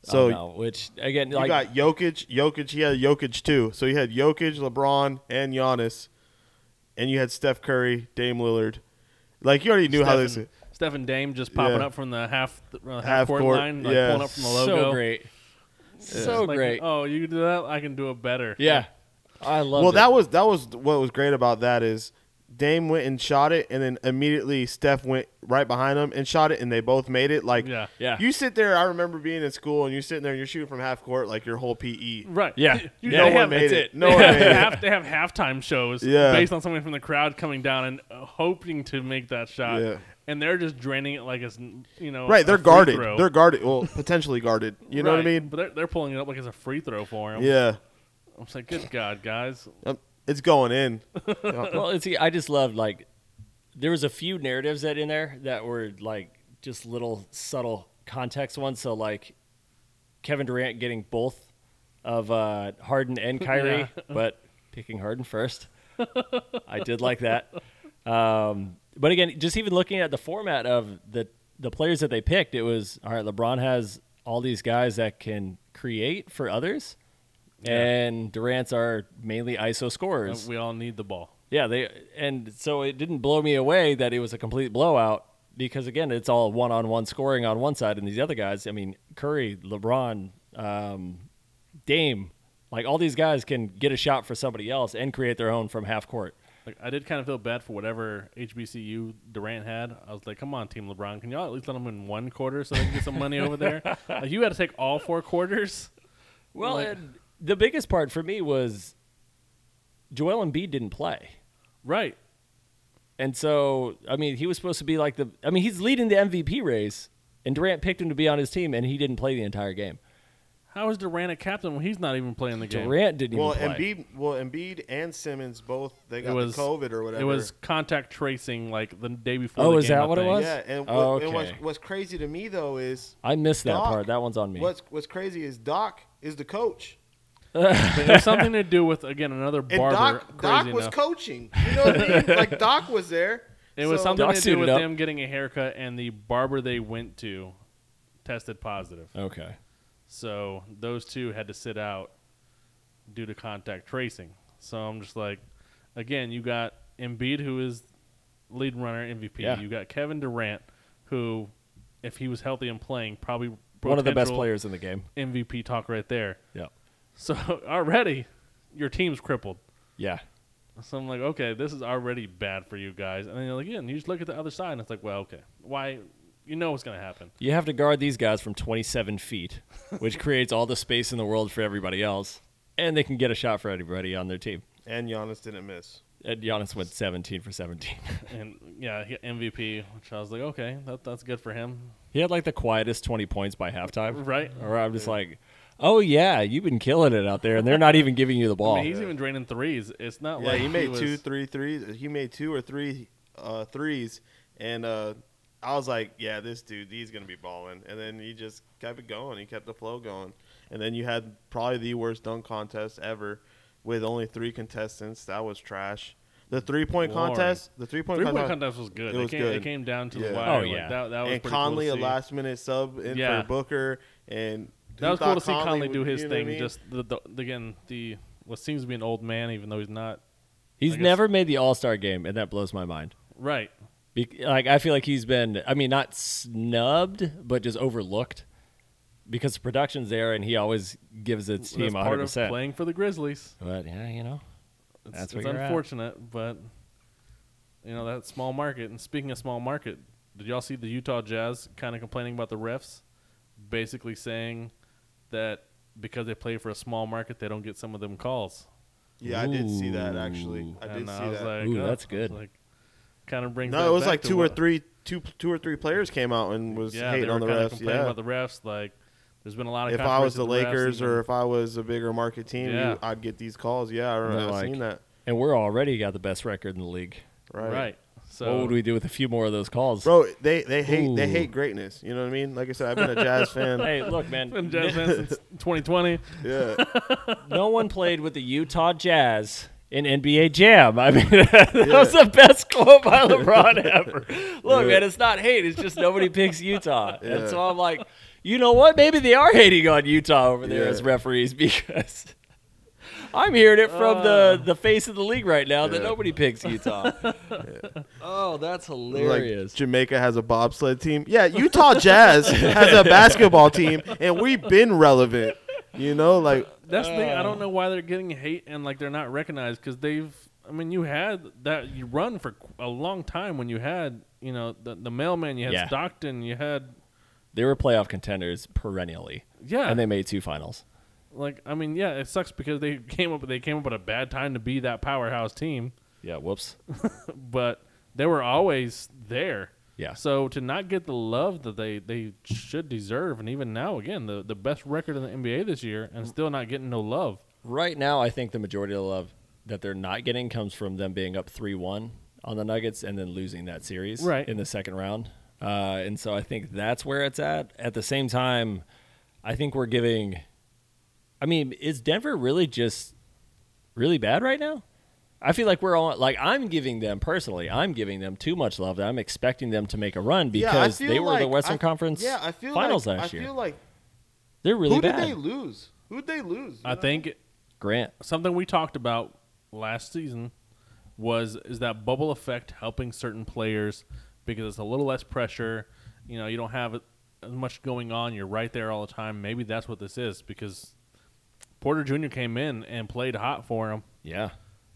Speaker 1: So
Speaker 3: So
Speaker 1: Oh, which again,
Speaker 3: you
Speaker 1: like
Speaker 3: got Jokic, Jokic. He had Jokic too. So you had Jokic, LeBron, and Giannis, and you had Steph Curry, Dame Lillard. Like you already knew how this.
Speaker 2: Stephen, Stephen Dame just popping
Speaker 3: Yeah.
Speaker 2: up from the half uh, half,
Speaker 3: Half
Speaker 2: court,
Speaker 3: court,
Speaker 2: line, like
Speaker 3: yeah.
Speaker 2: pulling up from the logo.
Speaker 1: so great, so
Speaker 2: Like,
Speaker 1: great.
Speaker 2: Oh, you can do that? I can do it better.
Speaker 1: yeah, I love.
Speaker 3: Well, that was that was what was great about that is Dame went and shot it, and then immediately Steph went right behind him and shot it, and they both made it. Like
Speaker 2: Yeah.
Speaker 1: Yeah.
Speaker 3: You sit there. I remember being in school, and you're sitting there, and you're shooting from half court like your whole PE.
Speaker 2: Right.
Speaker 1: Yeah.
Speaker 2: You-
Speaker 1: Yeah.
Speaker 2: You, they
Speaker 1: No one
Speaker 2: have,
Speaker 1: made
Speaker 2: it's
Speaker 1: it.
Speaker 2: it.
Speaker 3: No
Speaker 2: they,
Speaker 3: one
Speaker 2: have,
Speaker 3: made it.
Speaker 2: half- they have halftime shows
Speaker 3: Yeah.
Speaker 2: based on somebody from the crowd coming down and uh, hoping to make that shot.
Speaker 3: Yeah.
Speaker 2: And they're just draining it like it's, you know.
Speaker 3: Right,
Speaker 2: a
Speaker 3: they're
Speaker 2: free
Speaker 3: guarded.
Speaker 2: throw.
Speaker 3: They're guarded. Well, potentially guarded. You know what I
Speaker 2: Right.
Speaker 3: mean?
Speaker 2: But they're, they're pulling it up like it's a free throw for him.
Speaker 3: Yeah,
Speaker 2: I'm just like, good God, guys. uh,
Speaker 3: Um, it's going in.
Speaker 1: well, and see, I just loved like there was a few narratives that in there that were like just little subtle context ones. So like Kevin Durant getting both of uh, Harden and Kyrie, but picking Harden first. I did like that. Um, but again, just even looking at the format of the the players that they picked, it was all right. LeBron has all these guys that can create for others, and Durant's are mainly ISO scorers.
Speaker 2: We all need the ball.
Speaker 1: Yeah, they and so it didn't blow me away that it was a complete blowout because again, it's all one-on-one scoring on one side, and these other guys. I mean, Curry, LeBron, um, Dame, like all these guys can get a shot for somebody else and create their own from half court.
Speaker 2: Like I did kind of feel bad for whatever HBCU Durant had. I was like, come on, Team LeBron, can y'all at least let them in one quarter so they can get some money over there? Like you had to take all four quarters.
Speaker 1: Well,
Speaker 2: Like-
Speaker 1: and the biggest part for me was Joel Embiid didn't play.
Speaker 2: Right.
Speaker 1: And so, I mean, he was supposed to be like the. I mean, he's leading the MVP race, and Durant picked him to be on his team, and he didn't play the entire game.
Speaker 2: How is Durant a captain when he's not even playing the game?
Speaker 1: Durant didn't
Speaker 3: Well,
Speaker 1: even play.
Speaker 3: Embiid, well, Embiid and Simmons both they got the
Speaker 2: was-
Speaker 3: COVID or whatever.
Speaker 2: It was contact tracing like the day before.
Speaker 1: Oh,
Speaker 2: the
Speaker 1: is
Speaker 2: game,
Speaker 1: that
Speaker 2: I
Speaker 1: what it
Speaker 2: think.
Speaker 1: was?
Speaker 3: yeah, and, what,
Speaker 1: Oh,
Speaker 3: and what's,
Speaker 1: okay.
Speaker 3: what's crazy to me though is
Speaker 1: I missed that
Speaker 3: Doc-
Speaker 1: part. That one's on me.
Speaker 3: what's what's crazy is Doc is the coach,
Speaker 2: It was something to do with again another
Speaker 3: and
Speaker 2: barber.
Speaker 3: Doc
Speaker 2: crazy
Speaker 3: Doc was
Speaker 2: enough.
Speaker 3: coaching. You know what I mean? Like Doc was there.
Speaker 2: It was
Speaker 3: so-
Speaker 2: something
Speaker 1: Doc
Speaker 2: to do
Speaker 1: suited
Speaker 2: with
Speaker 1: up.
Speaker 2: them getting a haircut, and the barber they went to tested positive.
Speaker 1: Okay.
Speaker 2: So those two had to sit out due to contact tracing. So I'm just like, again, you got Embiid, who is lead runner MVP.
Speaker 1: Yeah.
Speaker 2: You got Kevin Durant, who, if he was healthy and playing, probably
Speaker 1: One of the best
Speaker 2: potential
Speaker 1: players in the game.
Speaker 2: MVP talk right there.
Speaker 1: Yeah.
Speaker 2: So already your team's crippled.
Speaker 1: Yeah.
Speaker 2: So I'm like, okay, this is already bad for you guys. And then you're like, yeah, and you just look at the other side, and it's like, well, okay, why? You know what's gonna happen.
Speaker 1: You have to guard these guys from 27 feet, which creates all the space in the world for everybody else, and they can get a shot for anybody on their team.
Speaker 3: and Giannis didn't miss.
Speaker 1: And Giannis went 17 for 17.
Speaker 2: And yeah, he- MVP, which I was like, okay, that, that's good for him.
Speaker 1: he had like the quietest 20 points by halftime.
Speaker 2: Right.
Speaker 1: Or I'm just like, oh yeah, you've been killing it out there, and they're not even giving you the ball.
Speaker 2: I mean, he's even draining threes. It's not
Speaker 3: Oh. Yeah,
Speaker 2: like
Speaker 3: he made
Speaker 2: was,
Speaker 3: two, three threes. He made two or three uh, threes, and uh, I was like, "Yeah, this dude, he's gonna be balling." And then he just kept it going. He kept the flow going. And then you had probably the worst dunk contest ever, with only three contestants. That was trash. The three point
Speaker 2: Boring.
Speaker 3: contest. The three point
Speaker 2: Three point
Speaker 3: contest.
Speaker 2: contest was good.
Speaker 3: It
Speaker 2: It,
Speaker 3: was
Speaker 2: came, it
Speaker 3: good.
Speaker 2: came down to the
Speaker 3: Yeah.
Speaker 2: wire.
Speaker 1: Oh,
Speaker 2: Like,
Speaker 1: yeah.
Speaker 2: that, that was
Speaker 3: and
Speaker 2: pretty cool to
Speaker 3: Conley,
Speaker 2: see.
Speaker 3: a last minute sub in
Speaker 2: Yeah.
Speaker 3: for Booker, and
Speaker 2: That
Speaker 3: who
Speaker 2: was cool to
Speaker 3: thought
Speaker 2: see Conley, do
Speaker 3: would-
Speaker 2: his
Speaker 3: you know what I
Speaker 2: thing.
Speaker 3: mean?
Speaker 2: Just the, the, again the what seems to be an old man, even though he's not.
Speaker 1: he's
Speaker 2: guess-
Speaker 1: never made the All Star game, and that blows my mind.
Speaker 2: Right.
Speaker 1: Be- like I feel like he's been, I mean, not snubbed, but just overlooked because the production's there, and he always gives its team
Speaker 2: That's
Speaker 1: 100.
Speaker 2: part of
Speaker 1: percent
Speaker 2: playing for the Grizzlies.
Speaker 1: But yeah, you know,
Speaker 2: It's,
Speaker 1: That's
Speaker 2: it's
Speaker 1: where you're at.
Speaker 2: unfortunate, but you know that small market. And speaking of small market, did y'all see the Utah Jazz kind of complaining about the refs, basically saying that because they play for a small market, they don't get some of them calls.
Speaker 3: yeah, I did see that actually.
Speaker 1: Ooh.
Speaker 3: I did
Speaker 2: and
Speaker 3: see
Speaker 2: I was
Speaker 3: that.
Speaker 2: like,
Speaker 1: Ooh,
Speaker 2: oh,
Speaker 1: that's
Speaker 2: I was
Speaker 1: good.
Speaker 2: Like, kind of brings.
Speaker 3: No,
Speaker 2: that
Speaker 3: it was
Speaker 2: back
Speaker 3: like
Speaker 2: to
Speaker 3: two or
Speaker 2: what-
Speaker 3: three, two two or three players came out and was
Speaker 2: Yeah, they
Speaker 3: hating
Speaker 2: were
Speaker 3: on the
Speaker 2: kinda
Speaker 3: refs.
Speaker 2: complaining
Speaker 3: Yeah,
Speaker 2: about the refs. Like, there's been a lot of.
Speaker 3: if I
Speaker 2: controversy
Speaker 3: was the
Speaker 2: with refs,
Speaker 3: Lakers
Speaker 2: even-
Speaker 3: or if I was a bigger market team, you-
Speaker 2: Yeah.
Speaker 3: I'd get these calls. Yeah, I
Speaker 1: They're
Speaker 3: remember I've
Speaker 1: like-
Speaker 3: seen that.
Speaker 1: and we're already got the best record in the league.
Speaker 3: Right.
Speaker 2: right. So
Speaker 1: What would we do with a few more of those calls?
Speaker 3: bro. They they hate
Speaker 1: Ooh.
Speaker 3: they hate greatness. You know what I mean? Like I said, I've been a Jazz fan.
Speaker 1: Hey, look,
Speaker 2: Been
Speaker 1: man,
Speaker 2: Jazz fans since 2020.
Speaker 3: Yeah,
Speaker 1: no one played with the Utah Jazz in NBA Jam. I mean, that was the best quote by LeBron ever. Look, man, it's not hate. It's just nobody picks Utah. And so I'm like, you know what? Maybe they are hating on Utah over there
Speaker 3: Yeah.
Speaker 1: as referees because I'm hearing it from the, the face of the league right now that
Speaker 3: Uh. Yeah.
Speaker 1: nobody picks Utah. Oh, that's hilarious.
Speaker 3: Like Jamaica has a bobsled team. Yeah, Utah Jazz has a basketball team, and we've been relevant. You know, like
Speaker 2: That's the thing. I
Speaker 1: Uh.
Speaker 2: don't know why they're getting hate and like they're not recognized because they've. I mean, you had that you run for qu- a long time when you had you know the the mailman. You had
Speaker 1: Yeah.
Speaker 2: Stockton. You had
Speaker 1: they were playoff contenders perennially.
Speaker 2: Yeah.
Speaker 1: And they made two finals.
Speaker 2: like I mean, yeah, it sucks because they came up they came up at a bad time to be that powerhouse team,
Speaker 1: Yeah, whoops.
Speaker 2: but they were always there.
Speaker 1: Yeah.
Speaker 2: So to not get the love that they they should deserve, and even now again the the best record in the NBA this year, and still not getting no love.
Speaker 1: Right now, I think the majority of the love that they're not getting comes from them being up 3 1 on the Nuggets and then losing that series
Speaker 2: Right.
Speaker 1: in the second round. Uh, and so I think that's where it's at. At the same time, I think we're giving. I mean, is Denver really just really bad right now? I feel like we're on. Like I'm giving them personally, I'm giving them too much love. That I'm expecting them to make a run
Speaker 3: yeah, I
Speaker 1: because
Speaker 3: feel
Speaker 1: they were the
Speaker 3: like-
Speaker 1: Western
Speaker 3: I-
Speaker 1: Conference
Speaker 3: yeah, I feel
Speaker 1: Finals
Speaker 3: like,
Speaker 1: last
Speaker 3: I
Speaker 1: year.
Speaker 3: feel like
Speaker 1: They're really
Speaker 3: who
Speaker 1: bad.
Speaker 3: did they lose? Who did they lose?
Speaker 2: I think
Speaker 1: Grant,
Speaker 2: something we talked about last season was is that bubble effect helping certain players because it's a little less pressure. You know, you don't have as much going on. You're right there all the time. Maybe that's what this is because Porter Jr. came in and played hot for him.
Speaker 1: yeah,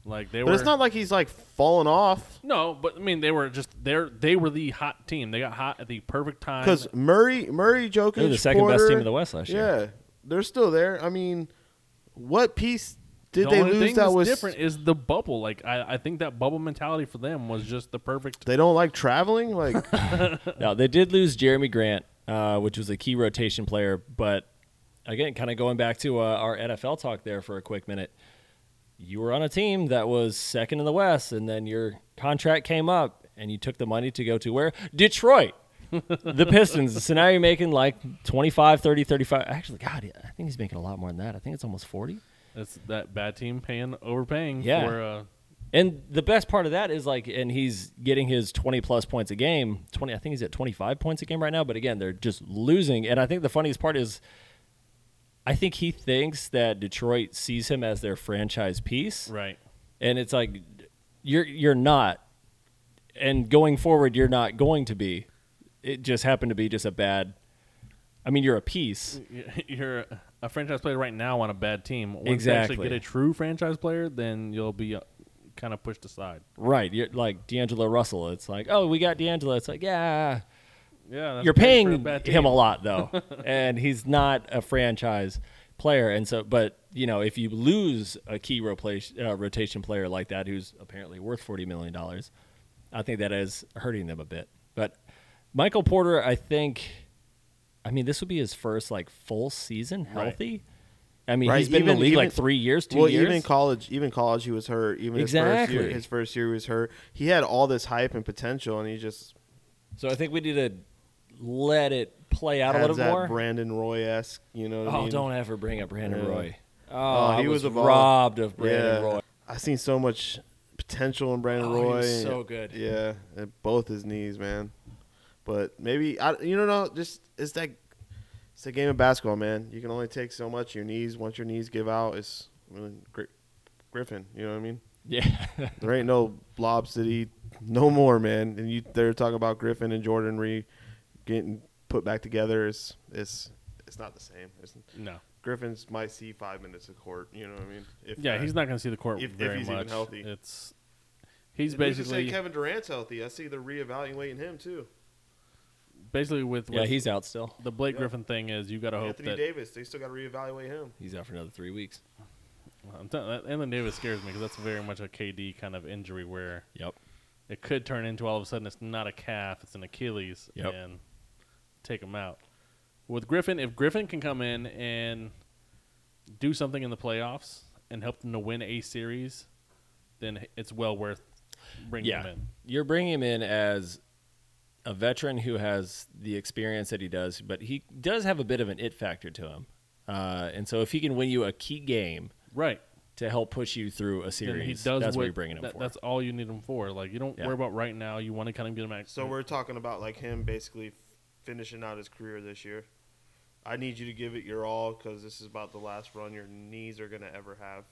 Speaker 2: Like they
Speaker 3: but
Speaker 2: were
Speaker 3: it's not like he's like falling off
Speaker 2: no, but I mean they were just they're they were the hot team. They got hot at the perfect time.
Speaker 3: because Murray, Murray, Jokic,
Speaker 1: they're the second best
Speaker 3: Porter-
Speaker 1: team in the West last year.
Speaker 3: Yeah, they're still there. I mean, what piece
Speaker 2: the
Speaker 3: did they
Speaker 2: only
Speaker 3: lose
Speaker 2: thing
Speaker 3: that
Speaker 2: that's
Speaker 3: was
Speaker 2: different is the bubble. Like I, I think that bubble mentality for them was just the perfect.
Speaker 3: They don't like traveling. Like
Speaker 1: Now they did lose Jeremy Grant, uh, which was a key rotation player. But again, kind of going back to uh, our NFL talk there for a quick minute, you were on a team that was second in the West, and then your contract came up, and you took the money to go to where Detroit. the Pistons. So now you're making like 25, 30, 35. Actually, God, I think he's making a lot more than that. I think it's almost 40.
Speaker 2: That's that bad team paying overpaying
Speaker 1: Yeah.
Speaker 2: for uh,
Speaker 1: And the best part of that is like, and he's getting his 20 plus points a game. 20, I think he's at 25 points a game right now. But again, they're just losing. And I think the funniest part is, I think he thinks that Detroit sees him as their franchise piece.
Speaker 2: right.
Speaker 1: And it's like, you're you're not. And going forward, you're not going to be. It just happened to be just a bad. I mean, you're a piece.
Speaker 2: Mm. You're a franchise player right now on a bad team. Once You
Speaker 1: Exactly.
Speaker 2: actually get a true franchise player, then you'll be uh, kind of pushed aside.
Speaker 1: Right. You're like D'Angelo Russell. It's like, oh, we got D'Angelo. It's like, yeah.
Speaker 2: Yeah, that's
Speaker 1: you're
Speaker 2: great for a
Speaker 1: paying
Speaker 2: bad team.
Speaker 1: him a lot though, and he's not a franchise player. And so, but you know, if you lose a key rotation uh, rotation player like that, who's apparently worth forty million dollars, I think that is hurting them a bit. But Michael Porter, I think, I mean, this would be his first like full season healthy. I mean,
Speaker 3: Right,
Speaker 1: he's been in
Speaker 3: even-
Speaker 1: the league like
Speaker 3: even-
Speaker 1: three years, two
Speaker 3: well,
Speaker 1: years.
Speaker 3: even college, even college, he was hurt. Even his first year,
Speaker 1: Exactly.
Speaker 3: his first year he was hurt. He had all this hype and potential, and he just
Speaker 1: so I think we need to let it play out a
Speaker 3: has
Speaker 1: little bit
Speaker 3: that
Speaker 1: more.
Speaker 3: Brandon Roy esque. You know what I
Speaker 1: oh,
Speaker 3: mean?
Speaker 1: don't ever bring up Brandon
Speaker 3: Yeah.
Speaker 1: Roy. Oh,
Speaker 3: Oh,
Speaker 1: he
Speaker 3: he
Speaker 1: was,
Speaker 3: was evolved.
Speaker 1: robbed of Brandon
Speaker 3: yeah.
Speaker 1: Roy.
Speaker 3: I seen so much potential in Brandon
Speaker 1: Oh, he
Speaker 3: Roy.
Speaker 1: was so good.
Speaker 3: Yeah, at both his knees, man. But maybe I, you don't know, just it's that it's the game of basketball, man. You can only take so much. Your knees, once your knees give out, it's I mean, Gri- Griffin. You know what I mean?
Speaker 1: Yeah.
Speaker 3: There ain't no Blob City no more, man. And you they're talking about Griffin and Jordan re getting put back together. It's it's it's not the same. It's,
Speaker 2: No.
Speaker 3: Griffin's might see five minutes of court. You know what I mean? If
Speaker 2: Yeah,
Speaker 3: that.
Speaker 2: he's not going to see the court
Speaker 3: If- if
Speaker 2: very
Speaker 3: he's
Speaker 2: much.
Speaker 3: even healthy.
Speaker 2: It's he's
Speaker 3: And you could
Speaker 2: basically
Speaker 3: say Kevin Durant's healthy. I see they're reevaluating him too.
Speaker 2: basically with,
Speaker 1: yeah,
Speaker 2: with
Speaker 1: he's out still.
Speaker 2: the Blake Griffin thing is you got to hope
Speaker 3: Anthony
Speaker 2: that
Speaker 3: Davis, they still got to reevaluate him.
Speaker 1: He's out for another three weeks.
Speaker 2: I'm telling- that- Anthony Davis scares me because that's very much a KD kind of injury where
Speaker 1: Yep.
Speaker 2: it could turn into all of a sudden it's not a calf, it's an Achilles,
Speaker 1: Yep.
Speaker 2: and take him out. With Griffin, if Griffin can come in and do something in the playoffs and help them to win a series, then it's well worth bringing
Speaker 1: Yeah.
Speaker 2: him
Speaker 1: You're bringing him in as a veteran who has the experience that he does, but he does have a bit of an it factor to him. Uh, and so if he can win you a key game
Speaker 2: in. Right.
Speaker 1: to help push you through a
Speaker 2: Then
Speaker 1: series.
Speaker 2: he does
Speaker 1: that's what
Speaker 2: what-
Speaker 1: you're bringing him
Speaker 2: that-
Speaker 1: for.
Speaker 2: That's all you need him for. Like you don't
Speaker 1: Yeah.
Speaker 2: worry about right now. You want to kind of get him back.
Speaker 3: So we're talking about like him basically finishing out his career this year. I need you to give it your all because this is about the last run your knees are gonna ever have.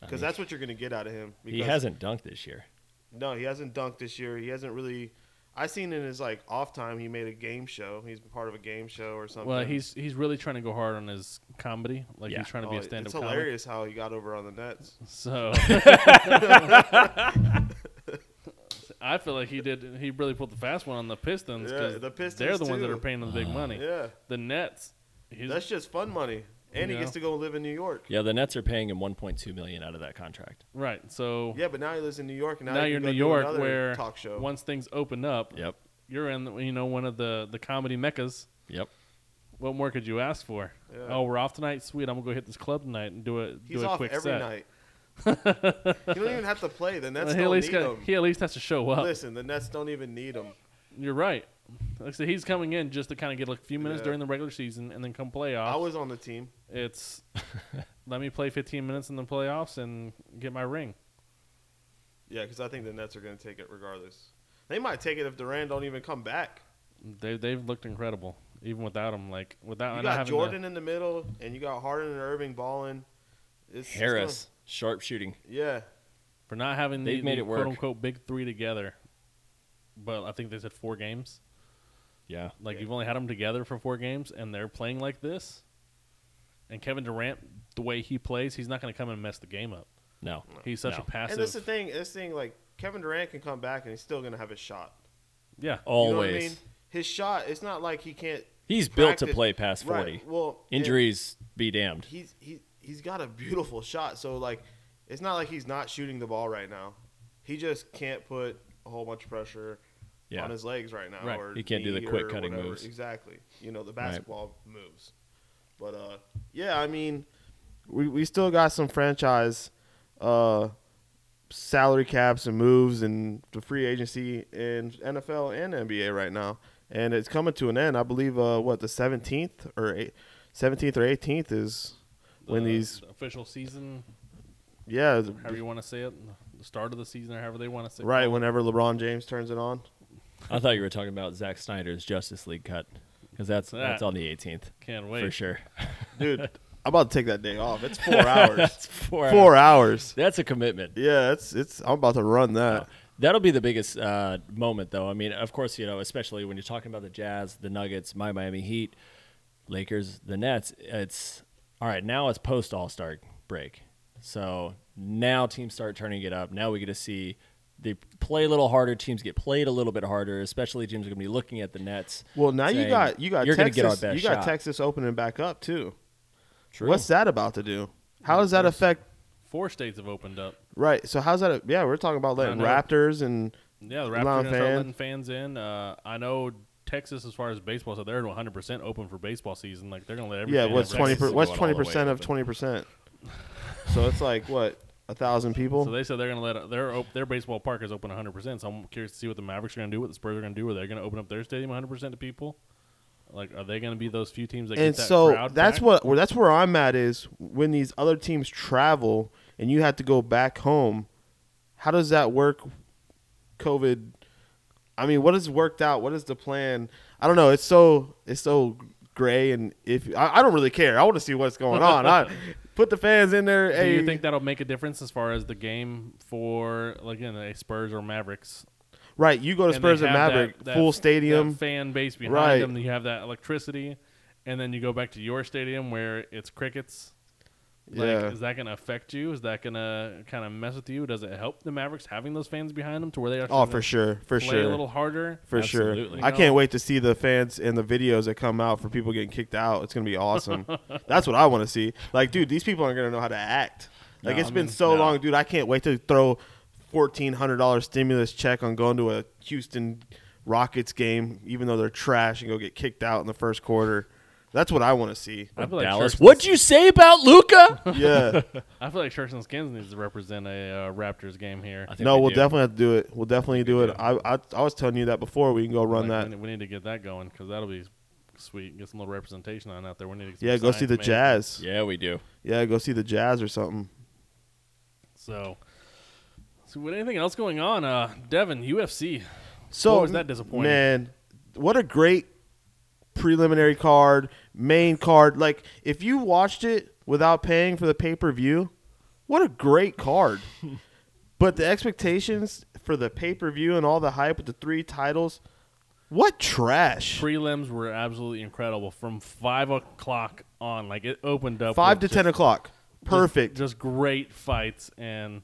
Speaker 1: I
Speaker 3: Because
Speaker 1: mean,
Speaker 3: that's what you're gonna get out of him. Because,
Speaker 1: he hasn't dunked this year.
Speaker 3: No, he hasn't dunked this year. He hasn't really. I seen in his like off time he made a game show. He's been part of a game show or something.
Speaker 2: well, he's he's really trying to go hard on his comedy. Like
Speaker 1: Yeah.
Speaker 2: he's trying to
Speaker 3: Oh,
Speaker 2: be a stand-up
Speaker 3: It's
Speaker 2: comic.
Speaker 3: hilarious how he got over on the Nets.
Speaker 2: So I feel like he did. He really pulled the fast one on the Pistons.
Speaker 3: Yeah,
Speaker 2: 'cause
Speaker 3: the Pistons
Speaker 2: They're the ones that
Speaker 3: too.
Speaker 2: are paying him the big money.
Speaker 3: Yeah,
Speaker 2: The Nets. He's,
Speaker 3: that's just fun money, and
Speaker 2: Yeah.
Speaker 3: he gets to go live in New York.
Speaker 1: Yeah, the Nets are paying him 1.2 million out of that contract.
Speaker 2: right. So
Speaker 3: Yeah, but now he lives in New York. And now,
Speaker 2: now
Speaker 3: he
Speaker 2: you're in
Speaker 3: can
Speaker 2: New
Speaker 3: go do
Speaker 2: York,
Speaker 3: another
Speaker 2: where
Speaker 3: talk show.
Speaker 2: once things open up,
Speaker 1: Yep.
Speaker 2: you're in you know one of the the comedy meccas.
Speaker 1: Yep.
Speaker 2: What more could you ask for?
Speaker 3: Yeah.
Speaker 2: Oh, we're off tonight. Sweet, I'm gonna go hit this club tonight and do a
Speaker 3: He's
Speaker 2: do a
Speaker 3: off
Speaker 2: quick
Speaker 3: every
Speaker 2: set.
Speaker 3: night. You don't even have to play. The Nets
Speaker 2: he at
Speaker 3: don't
Speaker 2: least
Speaker 3: need
Speaker 2: got-
Speaker 3: him.
Speaker 2: he at least has to show up.
Speaker 3: Listen, the Nets don't even need him.
Speaker 2: You're right. Like I said, he's coming in just to kind of get a few minutes
Speaker 3: Yeah.
Speaker 2: during the regular season and then come
Speaker 3: I
Speaker 2: playoffs.
Speaker 3: was on the team.
Speaker 2: it's let me play 15 minutes in the playoffs and get my ring.
Speaker 3: Yeah, because I think the Nets are going to take it regardless. They might take it if Durant don't even come back.
Speaker 2: They they've looked incredible even without him. Like without
Speaker 3: You
Speaker 2: not
Speaker 3: got
Speaker 2: having
Speaker 3: Jordan in the middle, and you got Harden and Irving balling. It's, it's
Speaker 1: Harris, sharp shooting.
Speaker 3: gonna- yeah,
Speaker 2: the, for not having the,
Speaker 1: They've made
Speaker 2: the
Speaker 1: it work.
Speaker 2: quote unquote big three together. But I think they said four games.
Speaker 1: Yeah.
Speaker 2: Like
Speaker 3: Yeah.
Speaker 2: you've only had them together for four games, and they're playing like this. And Kevin Durant, the way he plays, he's not going to come and mess the game up.
Speaker 1: No.
Speaker 2: He's such
Speaker 1: No.
Speaker 2: a passive.
Speaker 3: and that's the thing. This thing, like Kevin Durant can come back, and he's still going to have his shot.
Speaker 2: yeah,
Speaker 3: You know
Speaker 1: Always.
Speaker 3: what I mean? His shot. It's not like he can't.
Speaker 1: He's built to
Speaker 3: practice-
Speaker 1: play past 40.
Speaker 3: Right. Well, and-
Speaker 1: Injuries be damned.
Speaker 3: he's he he's got a beautiful shot. So like, it's not like he's not shooting the ball right now. He just can't put a whole bunch of pressure
Speaker 1: Yeah.
Speaker 3: on his legs right now.
Speaker 2: Right.
Speaker 3: Or
Speaker 1: He can't do the
Speaker 3: knee
Speaker 1: quick
Speaker 3: or
Speaker 1: cutting
Speaker 3: whatever.
Speaker 1: moves.
Speaker 3: Exactly. You know the basketball moves. But uh, yeah, I mean, we we still got some franchise, uh. Salary caps and moves and the free agency in NFL and NBA right now, and it's coming to an end. I believe uh, what the seventeenth or seventeenth or eighteenth is when
Speaker 1: Uh,
Speaker 2: The-
Speaker 3: these
Speaker 2: the Uh, official season,
Speaker 3: yeah, th-
Speaker 2: however you want to say it, the start of the season, or however they want to say
Speaker 3: right. Whenever LeBron James turns it on,
Speaker 1: I thought you were talking about Zack Snyder's Justice League cut because that's that's
Speaker 2: That-
Speaker 1: on the 18th
Speaker 2: it. Can't wait.
Speaker 1: for sure.
Speaker 3: dude, I'm about to take that day off. It's four hours.
Speaker 1: that's four.
Speaker 3: four hours.
Speaker 1: That's a commitment.
Speaker 3: Yeah, it's it's. I'm about to run that.
Speaker 1: That'll be the biggest uh, moment, though. I mean, of course, you know, especially when you're talking about the Jazz, the Nuggets, my Miami Heat, Lakers, the Nets. It's all right. Now it's post All Star break, so now teams start turning it up. Now we get to see they play a little harder. Teams get played a little bit harder, especially teams are going to be looking at the Nets.
Speaker 3: Well, now you
Speaker 1: saying,
Speaker 3: got you got
Speaker 1: you're gonna
Speaker 3: Texas.
Speaker 1: get our best
Speaker 3: you got
Speaker 1: shot."
Speaker 3: Texas opening back up too.
Speaker 1: True.
Speaker 3: What's that about to do? How does that affect?
Speaker 2: Four states have opened up.
Speaker 3: Right. So how's that? Yeah, we're talking about letting
Speaker 2: know.
Speaker 3: Raptors and
Speaker 2: Yeah, the Raptors are
Speaker 3: Lot of
Speaker 2: gonna start
Speaker 3: fans.
Speaker 2: letting fans in. Uh, I know Texas, as far as baseball, so they're 100 percent open for baseball season. Like they're gonna let everyone.
Speaker 3: yeah. What's twenty?
Speaker 1: Texas
Speaker 3: Per,
Speaker 1: is
Speaker 3: what's
Speaker 1: going all the
Speaker 3: twenty
Speaker 1: way
Speaker 3: percent of
Speaker 1: open.
Speaker 3: twenty percent? So it's like what a thousand
Speaker 2: So
Speaker 3: people.
Speaker 2: they said they're gonna let their op- their baseball park is open 100. percent So I'm curious to see what the Mavericks are gonna do, what the Spurs are gonna do. Are they gonna open up their stadium 100 percent to people? Like, are they gonna be those few teams that
Speaker 3: And
Speaker 2: get that
Speaker 3: so
Speaker 2: crowd
Speaker 3: that's
Speaker 2: back?
Speaker 3: what where that's where I'm at is when these other teams travel and you have to go back home. How does that work? COVID. I mean, what has worked out? What is the plan? I don't know. It's so it's so gray and if I, I don't really care. I want to see what's going on. I put the fans in there.
Speaker 2: Do
Speaker 3: hey,
Speaker 2: you think that'll make a difference as far as the game for like you know, a Spurs or Mavericks?
Speaker 3: right? You go to
Speaker 2: they
Speaker 3: Spurs and
Speaker 2: have that-
Speaker 3: Maverick,
Speaker 2: that-
Speaker 3: full
Speaker 2: that
Speaker 3: stadium.
Speaker 2: fan base behind
Speaker 3: Right.
Speaker 2: them. You have that electricity, and then you go back to your stadium where it's crickets. Like,
Speaker 3: yeah.
Speaker 2: is that going to affect you? Is that going to kind of mess with you? Does it help the Mavericks having those fans behind them to where they actually
Speaker 3: Oh, for sure, for
Speaker 2: play
Speaker 3: sure.
Speaker 2: a little harder?
Speaker 3: for
Speaker 1: Absolutely.
Speaker 3: sure. I can't wait to see the fans and the videos that come out for people getting kicked out. It's gonna be awesome. That's what I want to see. Like, dude, these people aren't gonna know how to act. Like,
Speaker 1: No,
Speaker 3: it's
Speaker 1: I
Speaker 3: been
Speaker 1: mean,
Speaker 3: so
Speaker 1: no.
Speaker 3: long, dude. I can't wait to throw fourteen hundred dollar stimulus check on going to a Houston Rockets game, even though they're trash, and go get kicked out in the first quarter. That's what I want to see.
Speaker 2: I feel like
Speaker 1: Dallas.
Speaker 2: Shirts-
Speaker 1: What'd you say about Luca?
Speaker 3: Yeah.
Speaker 2: I feel like Shirts and Skins needs to represent a uh, Raptors game here.
Speaker 3: no, we'll definitely have to do it. We'll definitely do it. I, I I was telling you that before. We can go run
Speaker 2: Like,
Speaker 3: that.
Speaker 2: we, need, we need to get that going because that'll be sweet. Get some little representation on out there. We need to get some
Speaker 3: Yeah, go see
Speaker 2: signs
Speaker 3: the
Speaker 2: made.
Speaker 3: Jazz.
Speaker 1: Yeah, we do.
Speaker 3: Yeah, go see the Jazz or something.
Speaker 2: So, so with anything else going on, uh, Devin, UFC.
Speaker 3: So
Speaker 2: What was that disappointing?
Speaker 3: Man, what a great preliminary card, main card. Like if you watched it without paying for the pay per view, what a great card. but the expectations for the pay per view and all the hype with the three titles, what trash.
Speaker 2: Prelims were absolutely incredible from five o'clock on. Like it opened up
Speaker 3: Five to
Speaker 2: with
Speaker 3: ten o'clock. Perfect.
Speaker 2: just great fights and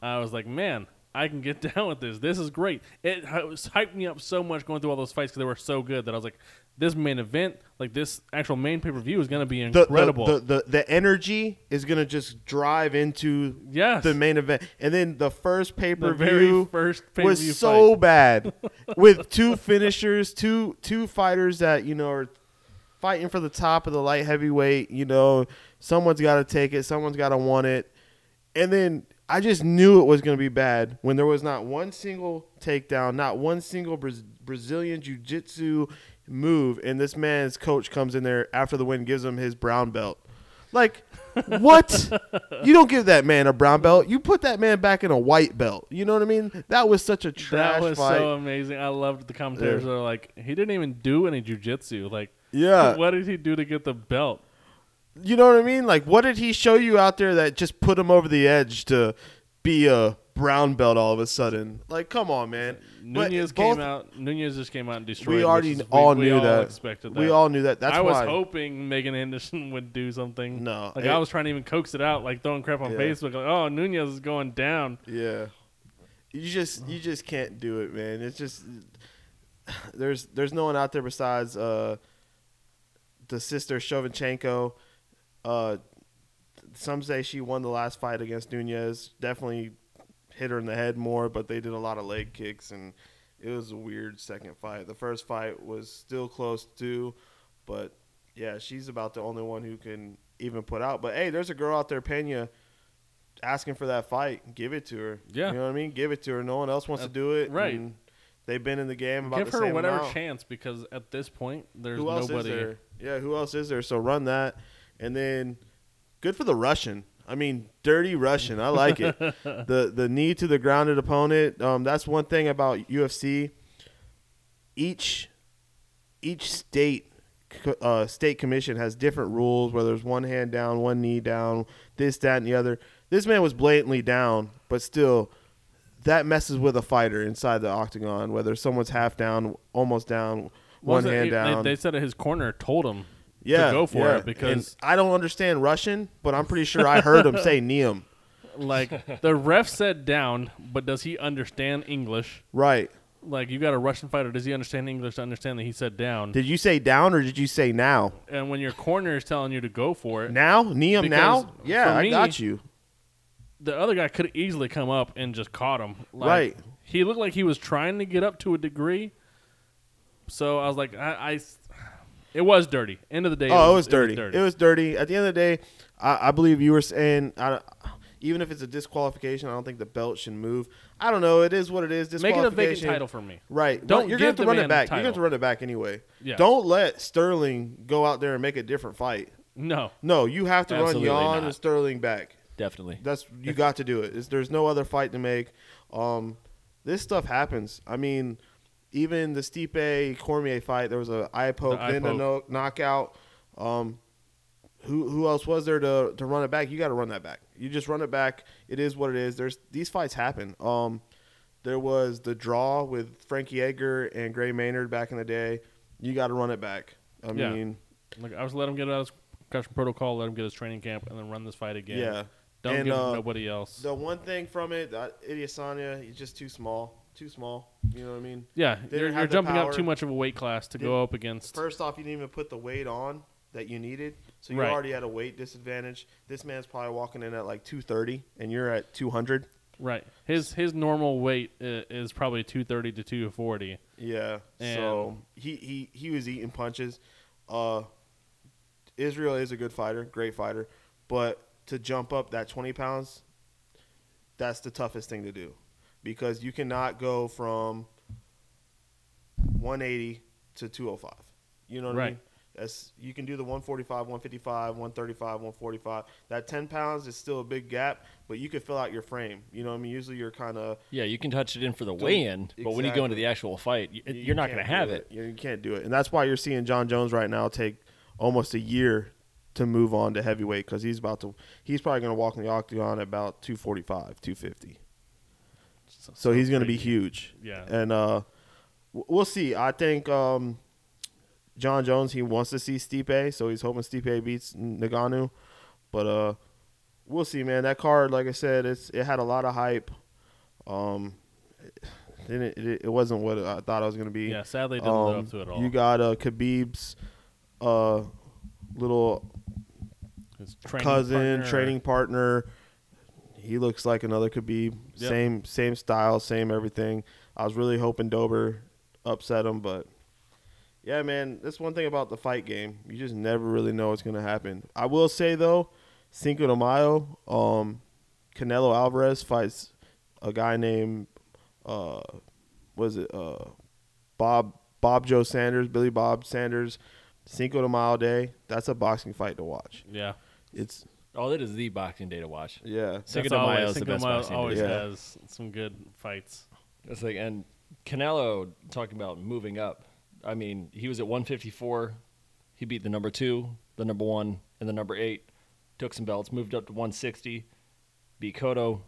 Speaker 2: i was like man i can get down with this this is great it hy- was hyped me up so much going through all those fights because they were so good that i was like this main event like this actual main pay-per-view is going to be
Speaker 3: The- the-
Speaker 2: incredible
Speaker 3: The, the, the, energy is gonna just drive into
Speaker 2: Yes.
Speaker 3: the main event, and then the first pay per
Speaker 2: very
Speaker 3: view
Speaker 2: first pay-per-view
Speaker 3: was so bad with two finishers, two two fighters that you know are fighting for the top of the light heavyweight. You know, someone's got to take it, someone's got to want it, and then. I just knew it was going to be bad when there was not one single takedown, not one single Braz- Brazilian jiu-jitsu move, and this man's coach comes in there after the win, gives him his brown belt. Like, what? you don't give that man a brown belt. You put that man back in a white belt. You know what I mean? That was such a trash
Speaker 2: that was
Speaker 3: fight.
Speaker 2: so amazing i loved the commentators
Speaker 3: Yeah.
Speaker 2: that are like he didn't even do any jujitsu like
Speaker 3: Yeah.
Speaker 2: what did he do to get the belt
Speaker 3: You know what I mean? Like, what did he show you out there that just put him over the edge to be a brown belt all of a sudden? Like, come on, man. But
Speaker 2: Nunez
Speaker 3: both-
Speaker 2: came out. Nunez just came out and destroyed.
Speaker 3: We
Speaker 2: which
Speaker 3: already
Speaker 2: is- we-
Speaker 3: all
Speaker 2: we
Speaker 3: knew
Speaker 2: all
Speaker 3: that.
Speaker 2: Expected that.
Speaker 3: We all knew that. That's
Speaker 2: I was
Speaker 3: why.
Speaker 2: hoping Megan Anderson would do something.
Speaker 3: No,
Speaker 2: like
Speaker 3: it-
Speaker 2: I was trying to even coax it out, like throwing crap on
Speaker 3: Yeah.
Speaker 2: Facebook, like "Oh, Nunez is going down."
Speaker 3: Yeah. You just you just can't do it, man. It's just there's there's no one out there besides uh the sister Shovanchenko. Uh some say she won the last fight against Nunez. Definitely hit her in the head more, but they did a lot of leg kicks and it was a weird second fight. The first fight was still close too, but yeah, she's about the only one who can even put out. But hey, there's a girl out there, Pena, asking for that fight. Give it to her.
Speaker 2: Yeah. Uh,
Speaker 3: You know what I mean? Give it to her. No one else wants to do it.
Speaker 2: right.
Speaker 3: and they've been in the game about
Speaker 2: Give
Speaker 3: the
Speaker 2: her
Speaker 3: same
Speaker 2: whatever
Speaker 3: amount.
Speaker 2: chance because at this point, there's
Speaker 3: Who else
Speaker 2: nobody.
Speaker 3: is there? Yeah, who else is there? So run that, and then good for the Russian. I mean, dirty Russian. I like it. the the knee to the grounded opponent. Um, that's one thing about UFC. Each each state co- uh, state commission has different rules where there's one hand down, one knee down, this, that, and the other. This man was blatantly down, but still, that messes with a fighter inside the octagon. Whether someone's half down, almost down, one
Speaker 2: Wasn't it-
Speaker 3: hand
Speaker 2: they-
Speaker 3: down
Speaker 2: They, said at his corner told him
Speaker 3: yeah,
Speaker 2: to go for
Speaker 3: yeah.
Speaker 2: it because,
Speaker 3: And I don't understand Russian, but I'm pretty sure I heard him say "neum."
Speaker 2: like, the ref said down, but does he understand English?
Speaker 3: Right?
Speaker 2: Like, you got a Russian fighter, does he understand English to understand that he said down?
Speaker 3: Did you say down or did you say now?
Speaker 2: and when your corner is telling you to go for it,
Speaker 3: Now, neum
Speaker 2: Because
Speaker 3: now? Yeah,
Speaker 2: for
Speaker 3: I
Speaker 2: me-
Speaker 3: got you.
Speaker 2: the other guy could have easily come up and just caught him. Like,
Speaker 3: Right.
Speaker 2: He looked like he was trying to get up to a degree. So I was like, I, I s- it was dirty. End of the day.
Speaker 3: Oh, it was dirty. It was dirty. At the end of the day, I, I believe you were saying, I, even if it's a disqualification, I don't think the belt should move. I don't know. It is what it is.
Speaker 2: Make it a
Speaker 3: Disqualification.
Speaker 2: vacant title for me.
Speaker 3: Right.
Speaker 2: Don't
Speaker 3: Don't. You're gonna
Speaker 2: give
Speaker 3: have to
Speaker 2: the
Speaker 3: run
Speaker 2: man the
Speaker 3: it back. You're gonna have to
Speaker 2: title.
Speaker 3: run it back anyway.
Speaker 2: Yeah.
Speaker 3: Don't let Sterling go out there and make a different fight.
Speaker 2: No.
Speaker 3: No, you have to
Speaker 1: Absolutely
Speaker 3: run Yon
Speaker 1: not.
Speaker 3: and Sterling back.
Speaker 1: Definitely.
Speaker 3: That's you got to do it. It's- there's no other fight to make. Um, this stuff happens. I mean, even the Stipe Cormier fight, there was a eye poke,
Speaker 2: eye
Speaker 3: then a
Speaker 2: poke.
Speaker 3: no, knockout. Um, who who else was there to to run it back? You got to run that back. You just run it back. It is what it is. There's these fights happen. Um, there was the draw with Frankie Edgar and Gray Maynard back in the day. You got to run it back. I
Speaker 2: Yeah.
Speaker 3: mean,
Speaker 2: Like I was let him get out of his concussion protocol, let him get his training camp, and then run this fight again.
Speaker 3: yeah.
Speaker 2: Don't
Speaker 3: And,
Speaker 2: give him
Speaker 3: uh,
Speaker 2: nobody else.
Speaker 3: The one thing from it, that Idiasanya, he's just too small. Too small. You know what I mean?
Speaker 2: yeah,
Speaker 3: didn't
Speaker 2: you're,
Speaker 3: have
Speaker 2: you're
Speaker 3: the
Speaker 2: jumping up
Speaker 3: power.
Speaker 2: too much of a weight class to go up against.
Speaker 3: First off, you didn't even put the weight on that you needed. So you
Speaker 2: Right.
Speaker 3: already had a weight disadvantage. This man's probably walking in at like 230, and you're at 200.
Speaker 2: Right. His his normal weight uh, is probably 230 to 240.
Speaker 3: Yeah. so he, he, he was eating punches. Uh, Israel is a good fighter, great fighter. But to jump up that 20 pounds, that's the toughest thing to do because you cannot go from 180 to 205. You know what I
Speaker 2: Right.
Speaker 3: mean? That's you can do the 145, 155, 135, 145. That 10 pounds is still a big gap, but you could fill out your frame. You know, what I mean, usually you're kind of
Speaker 1: Yeah, you can touch it in for the weigh-in, but when you go into
Speaker 3: exactly.
Speaker 1: the actual fight, you,
Speaker 3: you-
Speaker 1: you're
Speaker 3: you
Speaker 1: not going to
Speaker 3: can't
Speaker 1: have
Speaker 3: do
Speaker 1: it.
Speaker 3: You, you can't do it, and that's why you're seeing John Jones right now take almost a year to move on to heavyweight because he's about to he's probably going to walk in the octagon at about 245 250
Speaker 2: So,
Speaker 3: so he's going to be
Speaker 2: crazy.
Speaker 3: huge
Speaker 2: Yeah.
Speaker 3: and uh w- we'll see i think um john jones he wants to see stipe so he's hoping stipe beats nagano but uh we'll see man that card like i said it's it had a lot of hype um it, didn't- it, it wasn't what i thought it was going to be
Speaker 2: Yeah, sadly, it didn't live
Speaker 3: um,
Speaker 2: up to it all.
Speaker 3: You got uh, Khabib's uh, little
Speaker 2: His training
Speaker 3: cousin,
Speaker 2: partner,
Speaker 3: training partner. He looks like another Khabib.
Speaker 2: Yep.
Speaker 3: Same, same style, same everything. I was really hoping Dober upset him, but yeah, man, that's one thing about the fight game. You just never really know what's gonna happen. I will say though, Cinco de Mayo, um, Canelo Alvarez fights a guy named uh, was it uh, Bob Bob Joe Sanders, Billy Bob Sanders, Cinco de Mayo Day. That's a boxing fight to watch.
Speaker 2: Yeah,
Speaker 3: It's
Speaker 1: Oh, that is the boxing day to watch.
Speaker 3: yeah.
Speaker 1: Cinco
Speaker 2: That's
Speaker 1: de
Speaker 2: always-
Speaker 1: Mayo is the
Speaker 2: Cinco de
Speaker 1: best
Speaker 2: Mayo
Speaker 1: boxing
Speaker 2: always
Speaker 1: day.
Speaker 3: Yeah.
Speaker 2: has some good fights.
Speaker 1: That's like, and Canelo talking about moving up. I mean, he was at 154. He beat the number two, the number one, and the number eight. Took some belts, moved up to 160. Beat Cotto,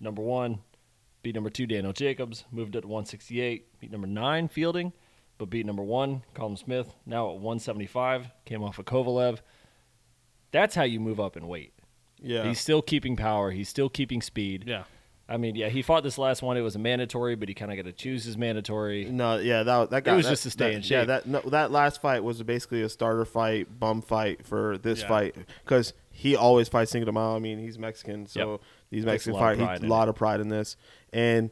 Speaker 1: number one. Beat number two, Daniel Jacobs. Moved up to 168. Beat number nine, Fielding, but beat number one, Colin Smith. Now at 175, came off of Kovalev. That's how you move up in weight.
Speaker 3: Yeah.
Speaker 1: He's still keeping power. He's still keeping speed.
Speaker 2: Yeah,
Speaker 1: I mean, yeah, he fought this last one. It was a mandatory, but he kind of got to choose his mandatory.
Speaker 3: no, yeah, that that guy.
Speaker 1: was
Speaker 3: that-
Speaker 1: just to stay
Speaker 3: that-
Speaker 1: in
Speaker 3: Yeah,
Speaker 1: shape.
Speaker 3: that no, that last fight was basically a starter fight, bum fight for this
Speaker 2: Yeah.
Speaker 3: fight because he always fights single to mile. I mean, he's Mexican, so these
Speaker 1: Takes a
Speaker 3: Mexican
Speaker 1: lot of
Speaker 3: fight,
Speaker 1: pride
Speaker 3: he
Speaker 1: in
Speaker 3: a lot of pride in this. And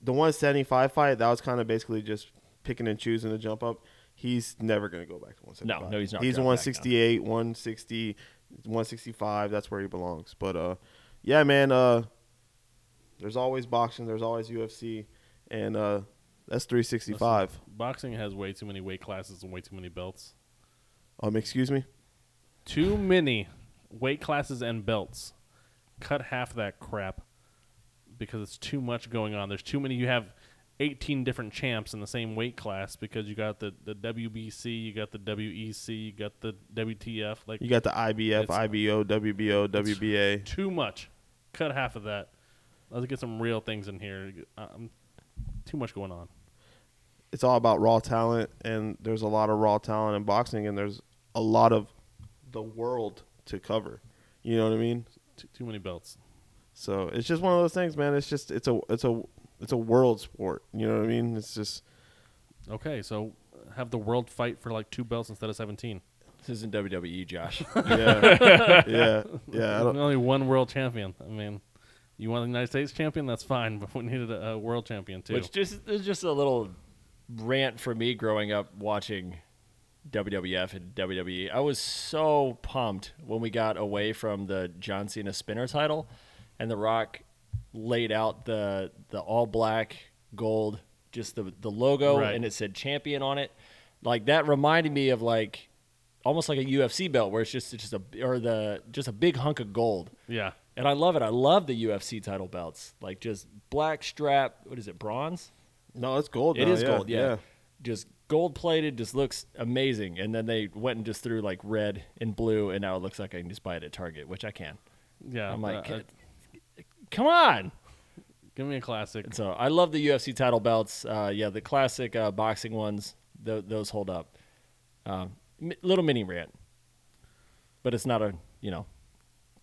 Speaker 3: the one seventy five fight, that was kind of basically just picking and choosing to jump up. He's never going to go back to one seventy five.
Speaker 1: No, no, he's not
Speaker 3: He's
Speaker 1: going back, no.
Speaker 3: one sixty eight, one sixty, one sixty five. That's where he belongs. But uh, yeah, man. Uh, there's always boxing. There's always UFC, and uh, that's 365.
Speaker 2: boxing has way too many weight classes and way too many belts.
Speaker 3: Um, excuse me.
Speaker 2: Too many weight classes and belts. Cut half that crap because it's too much going on. There's too many. You have 18 different champs in the same weight class because you got the, the WBC, you got the WEC, you got the WTF. Like
Speaker 3: You got the IBF,
Speaker 2: It's-
Speaker 3: IBO, WBO, WBA.
Speaker 2: too much. Cut half of that. Let's get some real things in here. Um, too much going on.
Speaker 3: It's all about raw talent, and there's a lot of raw talent in boxing, and there's a lot of the world to cover. You know what I mean?
Speaker 2: Too, too many belts.
Speaker 3: So it's just one of those things, man. It's just it's a it's a it's a world sport. You know what I mean? It's just
Speaker 2: Okay, so uh, have the world fight for like two belts instead of 17.
Speaker 1: This isn't WWE, E, Josh.
Speaker 3: yeah, yeah, yeah. I don't,
Speaker 2: Only one world champion. I mean, you want the United States champion? That's fine, but we needed a, a world champion too.
Speaker 1: Which just is just a little rant for me growing up watching WWF and WWE. I was so pumped when we got away from the John Cena spinner title, and The Rock laid out the the all black gold, just the the logo,
Speaker 2: Right.
Speaker 1: and it said champion on it. Like that reminded me of like almost like a UFC belt where it's just it's just a or the just a big hunk of gold.
Speaker 2: yeah,
Speaker 1: And I love it. I love the UFC title belts. Like just black strap, what is it, bronze?
Speaker 3: no, it's gold.
Speaker 1: It
Speaker 3: now,
Speaker 1: is gold, Oh, yeah. Just gold plated, just looks amazing. And then they went and just threw like red and blue, and now it looks like I can just buy it at Target, which I can.
Speaker 2: yeah.
Speaker 1: I'm like,
Speaker 2: uh, uh,
Speaker 1: come on.
Speaker 2: give me a classic.
Speaker 1: And so I love the UFC title belts. Uh, yeah, the classic uh, boxing ones, th- those hold up. Um, m- little mini rant, but it's not a, you know,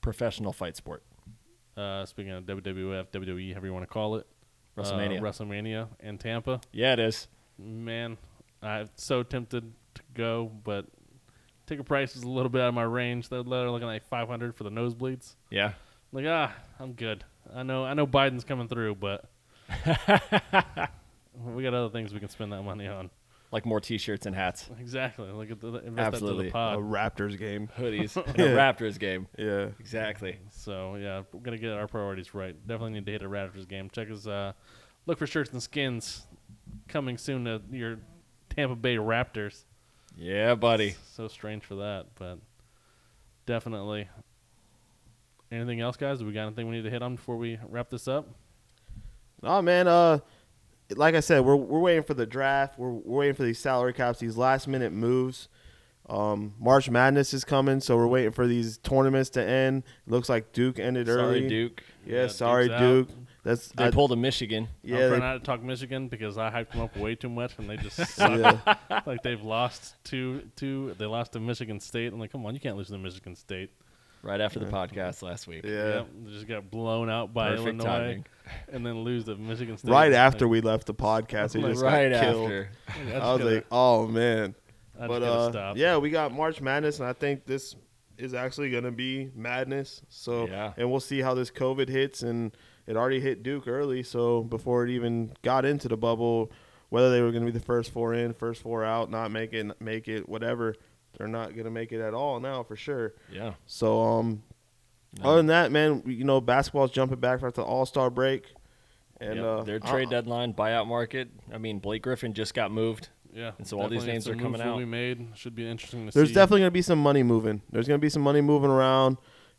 Speaker 1: professional fight sport.
Speaker 2: Uh, speaking of WWF, WWE, E, however you want to call it, uh,
Speaker 1: WrestleMania.
Speaker 2: WrestleMania in Tampa.
Speaker 1: yeah, it is.
Speaker 2: Man, I'm so tempted to go, but ticket price is a little bit out of my range. They're they're looking like 500 for the nosebleeds.
Speaker 1: Yeah.
Speaker 2: Like ah, I'm good. I know I know Biden's coming through, but we got other things we can spend that money on.
Speaker 1: Like more t shirts and hats.
Speaker 2: Exactly. Look at the the- invest that to
Speaker 1: Absolutely.
Speaker 2: the
Speaker 3: A
Speaker 2: pod.
Speaker 3: Raptors game.
Speaker 1: hoodies in a Raptors game.
Speaker 3: Yeah.
Speaker 1: Exactly.
Speaker 2: So yeah, we're gonna get our priorities right. Definitely need to hit a Raptors game. Check us. Uh, look for shirts and skins coming soon to your Tampa Bay Raptors.
Speaker 1: Yeah, buddy.
Speaker 2: So strange for that, but definitely. Anything else, guys? Do we got anything we need to hit on before we wrap this up?
Speaker 3: Oh man, uh, like I said, we're we're waiting for the draft. We're, we're waiting for these salary caps, these last minute moves. Um, March Madness is coming, so we're waiting for these tournaments to end. Looks like Duke ended early.
Speaker 1: Sorry, Duke.
Speaker 3: Yeah,
Speaker 2: Yeah,
Speaker 3: sorry,
Speaker 2: Duke's
Speaker 3: Duke.
Speaker 2: out.
Speaker 3: That's
Speaker 1: They
Speaker 3: I-
Speaker 1: pulled a Michigan.
Speaker 2: I'm
Speaker 3: yeah,
Speaker 2: trying
Speaker 3: they-
Speaker 2: not to talk Michigan because I hyped them up way too much, and they just suck.
Speaker 3: yeah.
Speaker 2: like they've lost to to they lost to Michigan State. I'm like, come on, you can't lose to Michigan State.
Speaker 1: Right after the podcast last week.
Speaker 3: yeah.
Speaker 2: Yep, they just got blown out by
Speaker 1: Perfect
Speaker 2: Illinois,
Speaker 1: timing.
Speaker 2: and then lose to Michigan State.
Speaker 3: Right
Speaker 2: It's
Speaker 3: after
Speaker 2: like,
Speaker 3: we left the podcast, he just
Speaker 1: Right
Speaker 3: got killed.
Speaker 1: after.
Speaker 2: I, just
Speaker 3: I was
Speaker 2: gotta-
Speaker 3: like, oh man.
Speaker 2: I just
Speaker 3: but
Speaker 2: gotta
Speaker 3: uh,
Speaker 2: stop.
Speaker 3: yeah, we got March Madness, and I think this is actually going to be madness. So,
Speaker 1: Yeah.
Speaker 3: and we'll see how this COVID hits, and it already hit Duke early. So before it even got into the bubble, whether they were going to be the first four in, first four out, not make it, make it, whatever, they're not going to make it at all now for sure.
Speaker 1: Yeah.
Speaker 3: So, um, other than that, man, we- you know, basketball's jumping back after the All Star break, and
Speaker 1: Yep.
Speaker 3: uh,
Speaker 1: Their
Speaker 3: I-
Speaker 1: trade deadline, buyout market. I mean, Blake Griffin just got moved.
Speaker 2: yeah.
Speaker 1: And so all these
Speaker 2: definitely
Speaker 1: names
Speaker 2: some
Speaker 1: are coming
Speaker 2: moves that
Speaker 1: out.
Speaker 2: We made should be interesting to
Speaker 3: There's
Speaker 2: see.
Speaker 3: definitely going to be some money moving. There's going to be some money moving around,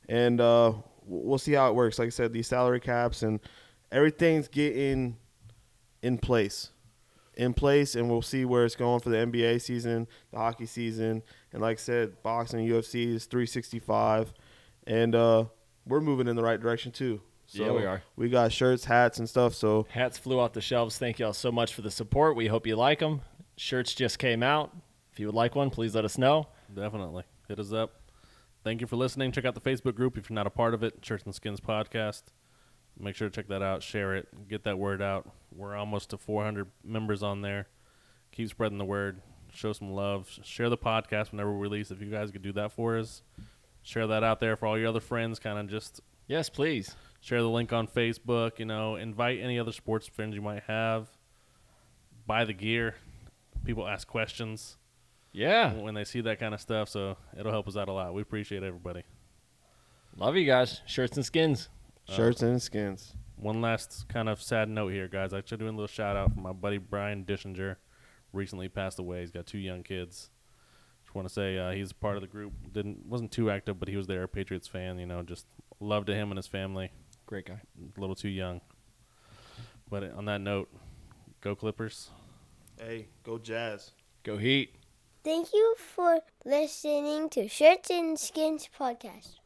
Speaker 3: and uh, w- we'll see how it works. Like I said, these salary caps and everything's getting in place, in place, and we'll see where it's going for the NBA season, the hockey season, and like I said, boxing, UFC is 365, and uh, we're moving in the right direction too. So
Speaker 1: Yeah, we are.
Speaker 3: We got shirts, hats, and stuff. So
Speaker 1: Hats flew off the shelves. Thank y'all so much for the support. We hope you like them. Shirts just came out. If you would like one, please let us know.
Speaker 2: Definitely. Hit us up. Thank you for listening. Check out the Facebook group if you're not a part of it, Church and Skins Podcast. Make sure to check that out, share it, get that word out. We're almost to 400 members on there. Keep spreading the word, show some love, share the podcast whenever we release. If you guys could do that for us, share that out there for all your other friends. Kind of just
Speaker 1: Yes, please.
Speaker 2: share the link on Facebook. You know, invite any other sports friends you might have. Buy the gear. People ask questions
Speaker 1: Yeah.
Speaker 2: when they see that kind of stuff. So it'll help us out a lot. We appreciate everybody.
Speaker 1: Love you guys. Shirts and skins.
Speaker 3: shirts and skins.
Speaker 2: One last kind of sad note here, guys. I should do a little shout out for my buddy Brian Dishinger. Recently passed away. He's got two young kids. Just want to say uh, he's part of the group. Didn't wasn't too active, but he was there. Patriots fan, you know. Just love to him and his family.
Speaker 1: Great guy.
Speaker 2: A little too young. But on that note, go Clippers.
Speaker 3: Hey, go Jazz.
Speaker 1: Go Heat.
Speaker 4: Thank you for listening to Shirts and Skins Podcast.